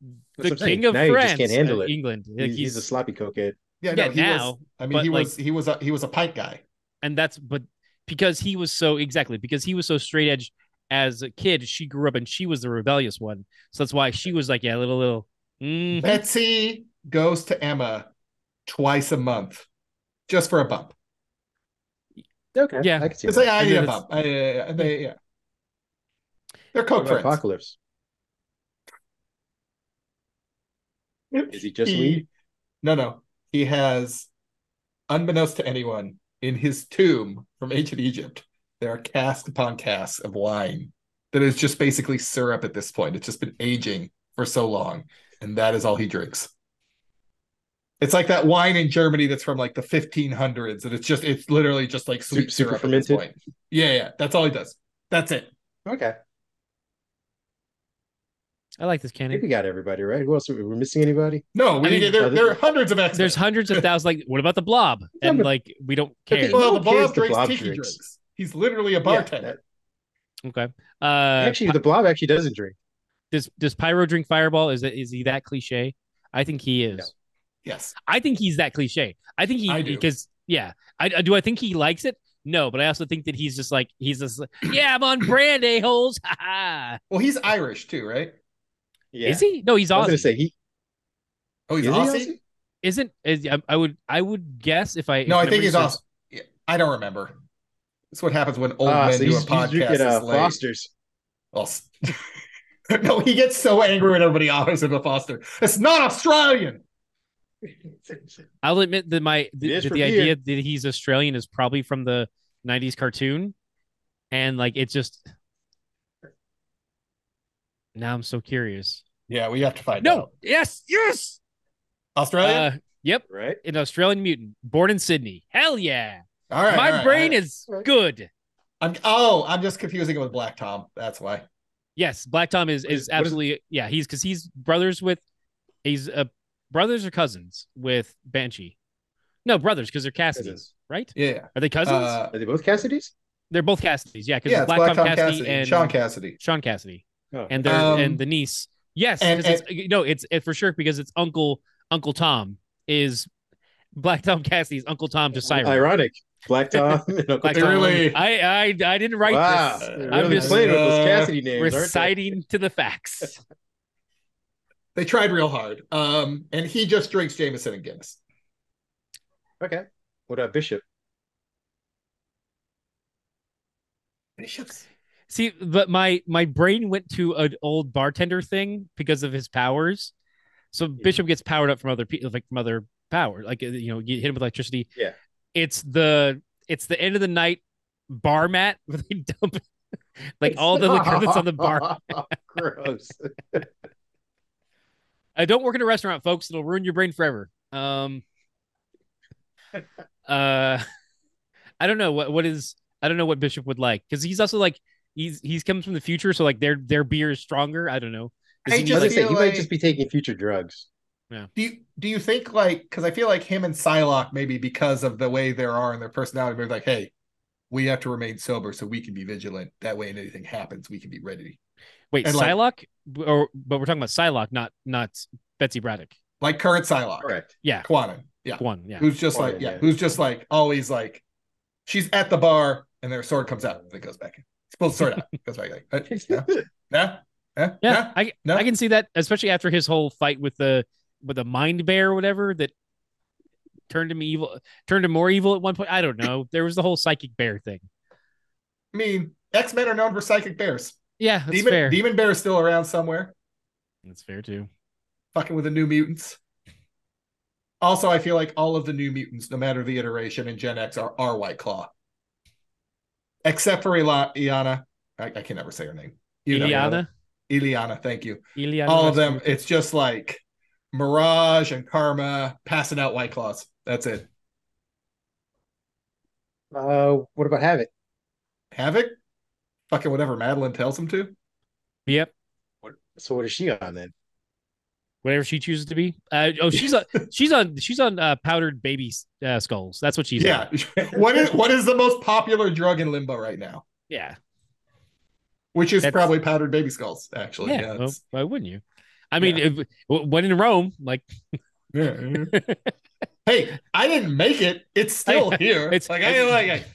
[SPEAKER 3] That's what
[SPEAKER 2] the
[SPEAKER 3] I'm saying.
[SPEAKER 2] king of
[SPEAKER 3] Now he just
[SPEAKER 2] France,
[SPEAKER 3] can't handle
[SPEAKER 2] uh,
[SPEAKER 3] it.
[SPEAKER 2] England. Like,
[SPEAKER 3] He's, he's a sloppy cokehead.
[SPEAKER 1] Yeah,
[SPEAKER 2] yeah,
[SPEAKER 1] no, he was,
[SPEAKER 2] now,
[SPEAKER 1] I mean,
[SPEAKER 2] but,
[SPEAKER 1] he
[SPEAKER 2] like-
[SPEAKER 1] was he was a, he was a pint guy.
[SPEAKER 2] and that's but because he was so exactly because he was so straight edge as a kid, she grew up and she was the rebellious one. So that's why she was like, yeah, little little. Mm.
[SPEAKER 1] Betsy goes to Emma twice a month just for a bump.
[SPEAKER 3] Okay.
[SPEAKER 2] Yeah.
[SPEAKER 3] I can see
[SPEAKER 1] It's
[SPEAKER 3] that.
[SPEAKER 1] like I
[SPEAKER 2] And
[SPEAKER 1] need a
[SPEAKER 2] then it's-
[SPEAKER 1] bump. I, I- I- they, yeah. They're coke
[SPEAKER 3] What about
[SPEAKER 1] friends.
[SPEAKER 3] Apocalypse. Is he just weed?
[SPEAKER 1] No, no. He has, unbeknownst to anyone, in his tomb from ancient Egypt, there are cask upon casks of wine that is just basically syrup at this point. It's just been aging for so long, and that is all he drinks. It's like that wine in Germany that's from like the 1500s, and it's just it's literally just like sweet
[SPEAKER 3] Super- super
[SPEAKER 1] syrup at this
[SPEAKER 3] fermented?
[SPEAKER 1] point. Yeah, yeah, that's all he does. That's it.
[SPEAKER 3] Okay.
[SPEAKER 2] I like this
[SPEAKER 3] I think
[SPEAKER 2] candy.
[SPEAKER 3] we got everybody, right? Who else? We're missing anybody?
[SPEAKER 1] No, we
[SPEAKER 2] I mean,
[SPEAKER 1] didn't- there,
[SPEAKER 3] other-
[SPEAKER 1] there are hundreds of experts.
[SPEAKER 2] There's hundreds of thousands. Like, what about the blob?
[SPEAKER 3] Yeah,
[SPEAKER 2] And
[SPEAKER 3] but-
[SPEAKER 2] like, we don't
[SPEAKER 3] but
[SPEAKER 2] care.
[SPEAKER 3] they-
[SPEAKER 1] well,
[SPEAKER 3] No
[SPEAKER 1] the
[SPEAKER 3] one cares
[SPEAKER 1] blob
[SPEAKER 3] the
[SPEAKER 1] drinks
[SPEAKER 3] blob
[SPEAKER 1] tiki
[SPEAKER 3] drinks.
[SPEAKER 1] drinks. He's literally a
[SPEAKER 3] Yeah,
[SPEAKER 1] bartender.
[SPEAKER 3] that-
[SPEAKER 2] Okay. Uh,
[SPEAKER 3] actually, the blob actually doesn't drink.
[SPEAKER 2] does does Pyro drink Fireball? Is that is he that cliche? I think he is.
[SPEAKER 3] No.
[SPEAKER 1] Yes.
[SPEAKER 2] I think he's that cliche. I think he
[SPEAKER 1] I do.
[SPEAKER 2] because yeah. I, I- do. I think he likes it. No, but I also think that he's just [CLEARS THROAT] like he's just like, yeah. I'm on brand a holes. Ha ha.
[SPEAKER 1] Well, he's Irish too, right?
[SPEAKER 3] Yeah.
[SPEAKER 2] Is he? No, he's
[SPEAKER 3] I was gonna
[SPEAKER 2] Aussie.
[SPEAKER 3] say he.
[SPEAKER 1] Oh, he's
[SPEAKER 3] Is he
[SPEAKER 1] Aussie?
[SPEAKER 3] Aussie?
[SPEAKER 2] Isn't is, I, I would I would guess if I
[SPEAKER 1] No, I
[SPEAKER 2] if
[SPEAKER 1] think
[SPEAKER 2] memory
[SPEAKER 1] he's
[SPEAKER 2] serves-
[SPEAKER 1] Aussie. Yeah, I don't remember. That's what happens when old
[SPEAKER 3] Ah,
[SPEAKER 1] men
[SPEAKER 3] so
[SPEAKER 1] do a
[SPEAKER 3] he's, he's
[SPEAKER 1] podcast.
[SPEAKER 3] drinking uh,
[SPEAKER 1] is late.
[SPEAKER 3] Foster's.
[SPEAKER 1] Well, s- [LAUGHS] no, he gets so angry when everybody offers him a Foster. It's not Australian.
[SPEAKER 2] I'll admit that my th-
[SPEAKER 3] is
[SPEAKER 2] that
[SPEAKER 3] from
[SPEAKER 2] the
[SPEAKER 3] here.
[SPEAKER 2] idea that he's Australian is probably from the '90s cartoon, and like it's just. Now I'm so curious.
[SPEAKER 1] Yeah, we have to find
[SPEAKER 2] No,
[SPEAKER 1] out.
[SPEAKER 2] yes, yes.
[SPEAKER 1] Australia.
[SPEAKER 2] Uh, yep,
[SPEAKER 3] Right.
[SPEAKER 2] an Australian mutant born in Sydney. Hell yeah!
[SPEAKER 1] all right.
[SPEAKER 2] my
[SPEAKER 1] all right,
[SPEAKER 2] brain
[SPEAKER 1] all right.
[SPEAKER 2] is good.
[SPEAKER 1] I'm, oh, I'm just confusing it with Black Tom. That's why.
[SPEAKER 2] Yes, Black Tom is
[SPEAKER 3] is-
[SPEAKER 2] is
[SPEAKER 3] what is-
[SPEAKER 2] absolutely yeah. He's because he's brothers with, he's uh, brothers or cousins with Banshee. No, brothers because they're Cassidy's, right?
[SPEAKER 1] Yeah.
[SPEAKER 2] Are they cousins?
[SPEAKER 1] Uh,
[SPEAKER 3] Are they both Cassidy's?
[SPEAKER 2] they're both Cassidy's, yeah. Because
[SPEAKER 1] yeah, it's
[SPEAKER 2] Black, Tom, Cassidy, and
[SPEAKER 1] Sean Cassidy.
[SPEAKER 2] Sean Cassidy,
[SPEAKER 3] Oh.
[SPEAKER 2] and their
[SPEAKER 1] Um,
[SPEAKER 2] and the niece. Yes,
[SPEAKER 1] and-
[SPEAKER 2] 'cause it's, no, it's it for sure because it's Uncle Uncle Tom is Black Tom Cassidy's Uncle Tom to Siren.
[SPEAKER 3] Ironic. Black Tom
[SPEAKER 2] [LAUGHS]
[SPEAKER 3] and Uncle
[SPEAKER 2] Black
[SPEAKER 1] They
[SPEAKER 2] Tom-
[SPEAKER 3] Tom.
[SPEAKER 1] really-
[SPEAKER 2] I I I didn't write
[SPEAKER 3] wow.
[SPEAKER 2] this.
[SPEAKER 3] They're
[SPEAKER 2] I'm
[SPEAKER 3] really
[SPEAKER 2] just
[SPEAKER 3] playing with those
[SPEAKER 1] uh,
[SPEAKER 3] Cassidy names. aren't they?
[SPEAKER 2] Reciting to the facts.
[SPEAKER 1] They tried real hard. Um, and he just drinks Jameson and Guinness.
[SPEAKER 3] Okay. What about Bishop?
[SPEAKER 1] Bishops.
[SPEAKER 2] See, but my my brain went to an old bartender thing because of his powers. So Bishop gets powered up from other people, like from other power, like uh, you know, you hit him with electricity.
[SPEAKER 3] Yeah.
[SPEAKER 2] it's the it's the end of the night bar mat where they dump [LAUGHS] like all
[SPEAKER 3] [LAUGHS]
[SPEAKER 2] the liquor that's on the bar.
[SPEAKER 3] Gross.
[SPEAKER 2] I Uh, don't work in a restaurant, folks. It'll ruin your brain forever.
[SPEAKER 1] [LAUGHS]
[SPEAKER 2] Um, uh, I don't know what what is. I don't know what Bishop would like because he's also like he's he's comes from the future, so like their their beer is stronger. I don't know. Does
[SPEAKER 1] I
[SPEAKER 2] he need,
[SPEAKER 3] I
[SPEAKER 1] just
[SPEAKER 3] was gonna
[SPEAKER 2] like-
[SPEAKER 3] say
[SPEAKER 1] feel
[SPEAKER 3] he
[SPEAKER 1] like-
[SPEAKER 3] might just be taking future drugs.
[SPEAKER 1] Do you do you think like because I feel like him and Psylocke maybe because of the way they are and their personality, maybe like, hey, we have to remain sober so we can be vigilant. That way, if anything happens, we can be ready.
[SPEAKER 2] wait,
[SPEAKER 1] and, like-
[SPEAKER 2] Psylocke, B- or but we're talking about Psylocke, not not Betsy Braddock.
[SPEAKER 1] Like current Psylocke,
[SPEAKER 3] [LAUGHS] Correct.
[SPEAKER 2] Yeah,
[SPEAKER 1] Quanon, yeah,
[SPEAKER 2] one. Yeah,
[SPEAKER 1] who's just like
[SPEAKER 3] Quanon,
[SPEAKER 1] yeah,
[SPEAKER 3] yeah.
[SPEAKER 1] who's just like always like, she's at the bar and their sword comes out and it goes back in. It's supposed to sword out, goes back
[SPEAKER 2] [LAUGHS]
[SPEAKER 1] like, eh, yeah, yeah, yeah,
[SPEAKER 2] yeah.
[SPEAKER 1] yeah.
[SPEAKER 2] I
[SPEAKER 1] no.
[SPEAKER 2] I can see that, especially after his whole fight with the with the mind bear or whatever that turned him evil, turned him more evil at one point. I don't know. There was the whole psychic bear thing.
[SPEAKER 1] I mean, X Men are known for psychic bears.
[SPEAKER 2] Yeah, that's
[SPEAKER 1] Demon
[SPEAKER 2] fair.
[SPEAKER 1] Demon Bear is still around somewhere.
[SPEAKER 2] That's fair too.
[SPEAKER 1] fucking with the new mutants. Also, I feel like all of the new mutants, no matter the iteration and Gen X, are, are White Claw. Except for Ila- Iana. I, I can never say her name. You know
[SPEAKER 2] Iliana,
[SPEAKER 1] Ileana, thank you.
[SPEAKER 2] Iliana,
[SPEAKER 1] all of them, it's just like Mirage and Karma passing out White Claws. That's it.
[SPEAKER 3] Uh, what about Havoc?
[SPEAKER 1] Havoc? Fucking whatever Madeline tells him to.
[SPEAKER 2] Yep,
[SPEAKER 3] So what is she on then?
[SPEAKER 2] whatever she chooses to be. Uh, oh,
[SPEAKER 1] [LAUGHS]
[SPEAKER 2] she's on. she's on. She's on uh, powdered baby uh, skulls. That's what she's. on.
[SPEAKER 1] Yeah. [LAUGHS] what is what is the most popular drug in limbo right now?
[SPEAKER 2] yeah,
[SPEAKER 1] Which is
[SPEAKER 2] That's-
[SPEAKER 1] probably powdered baby skulls, actually.
[SPEAKER 2] yeah.
[SPEAKER 1] Yeah.
[SPEAKER 2] well,
[SPEAKER 1] it's-
[SPEAKER 2] why wouldn't you? I mean, if, w- when in Rome, like
[SPEAKER 1] Yeah. hey, I didn't make it. It's still
[SPEAKER 2] [LAUGHS] I-
[SPEAKER 1] here.
[SPEAKER 2] it's-
[SPEAKER 1] It's like I ain't like I,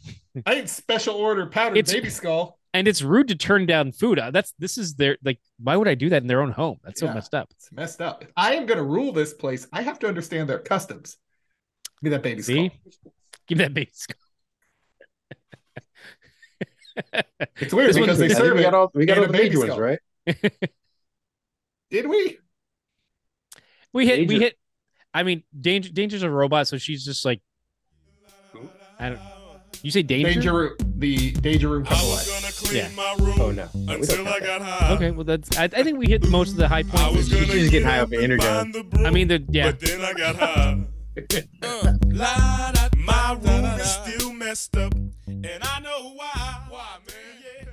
[SPEAKER 1] I ain't special order powdered
[SPEAKER 2] It's-
[SPEAKER 1] baby skull.
[SPEAKER 2] and it's rude to turn down food. Uh, That's this is their like. Why would I do that in their own home? That's so
[SPEAKER 1] Yeah.
[SPEAKER 2] messed up.
[SPEAKER 1] It's messed up. If I am gonna rule this place, I have to understand their customs. Give me that baby
[SPEAKER 2] See,
[SPEAKER 1] skull.
[SPEAKER 2] give that baby skull.
[SPEAKER 1] It's weird
[SPEAKER 2] This one-
[SPEAKER 1] because
[SPEAKER 3] I
[SPEAKER 1] they
[SPEAKER 3] think
[SPEAKER 1] serve
[SPEAKER 3] we
[SPEAKER 1] it.
[SPEAKER 3] got all we got
[SPEAKER 1] and
[SPEAKER 3] all
[SPEAKER 1] a
[SPEAKER 3] the
[SPEAKER 1] baby
[SPEAKER 3] major ones,
[SPEAKER 1] skull.
[SPEAKER 3] right?
[SPEAKER 1] Did we?
[SPEAKER 2] We hit. We
[SPEAKER 3] Danger.
[SPEAKER 2] hit. I mean, danger. Danger's a robot, so she's just like. I don't. You say danger?
[SPEAKER 1] Danger room. The danger room come alive.
[SPEAKER 2] Yeah.
[SPEAKER 3] Oh no. We don't count that.
[SPEAKER 2] Okay, well that's. I, I think we hit most of the high points.
[SPEAKER 3] You should just get high up and energized.
[SPEAKER 2] I mean, the yeah.
[SPEAKER 7] Then I got
[SPEAKER 2] [LAUGHS]
[SPEAKER 7] high. Uh, la, da, my room is still messed up, and I know why. Why, man? Yeah.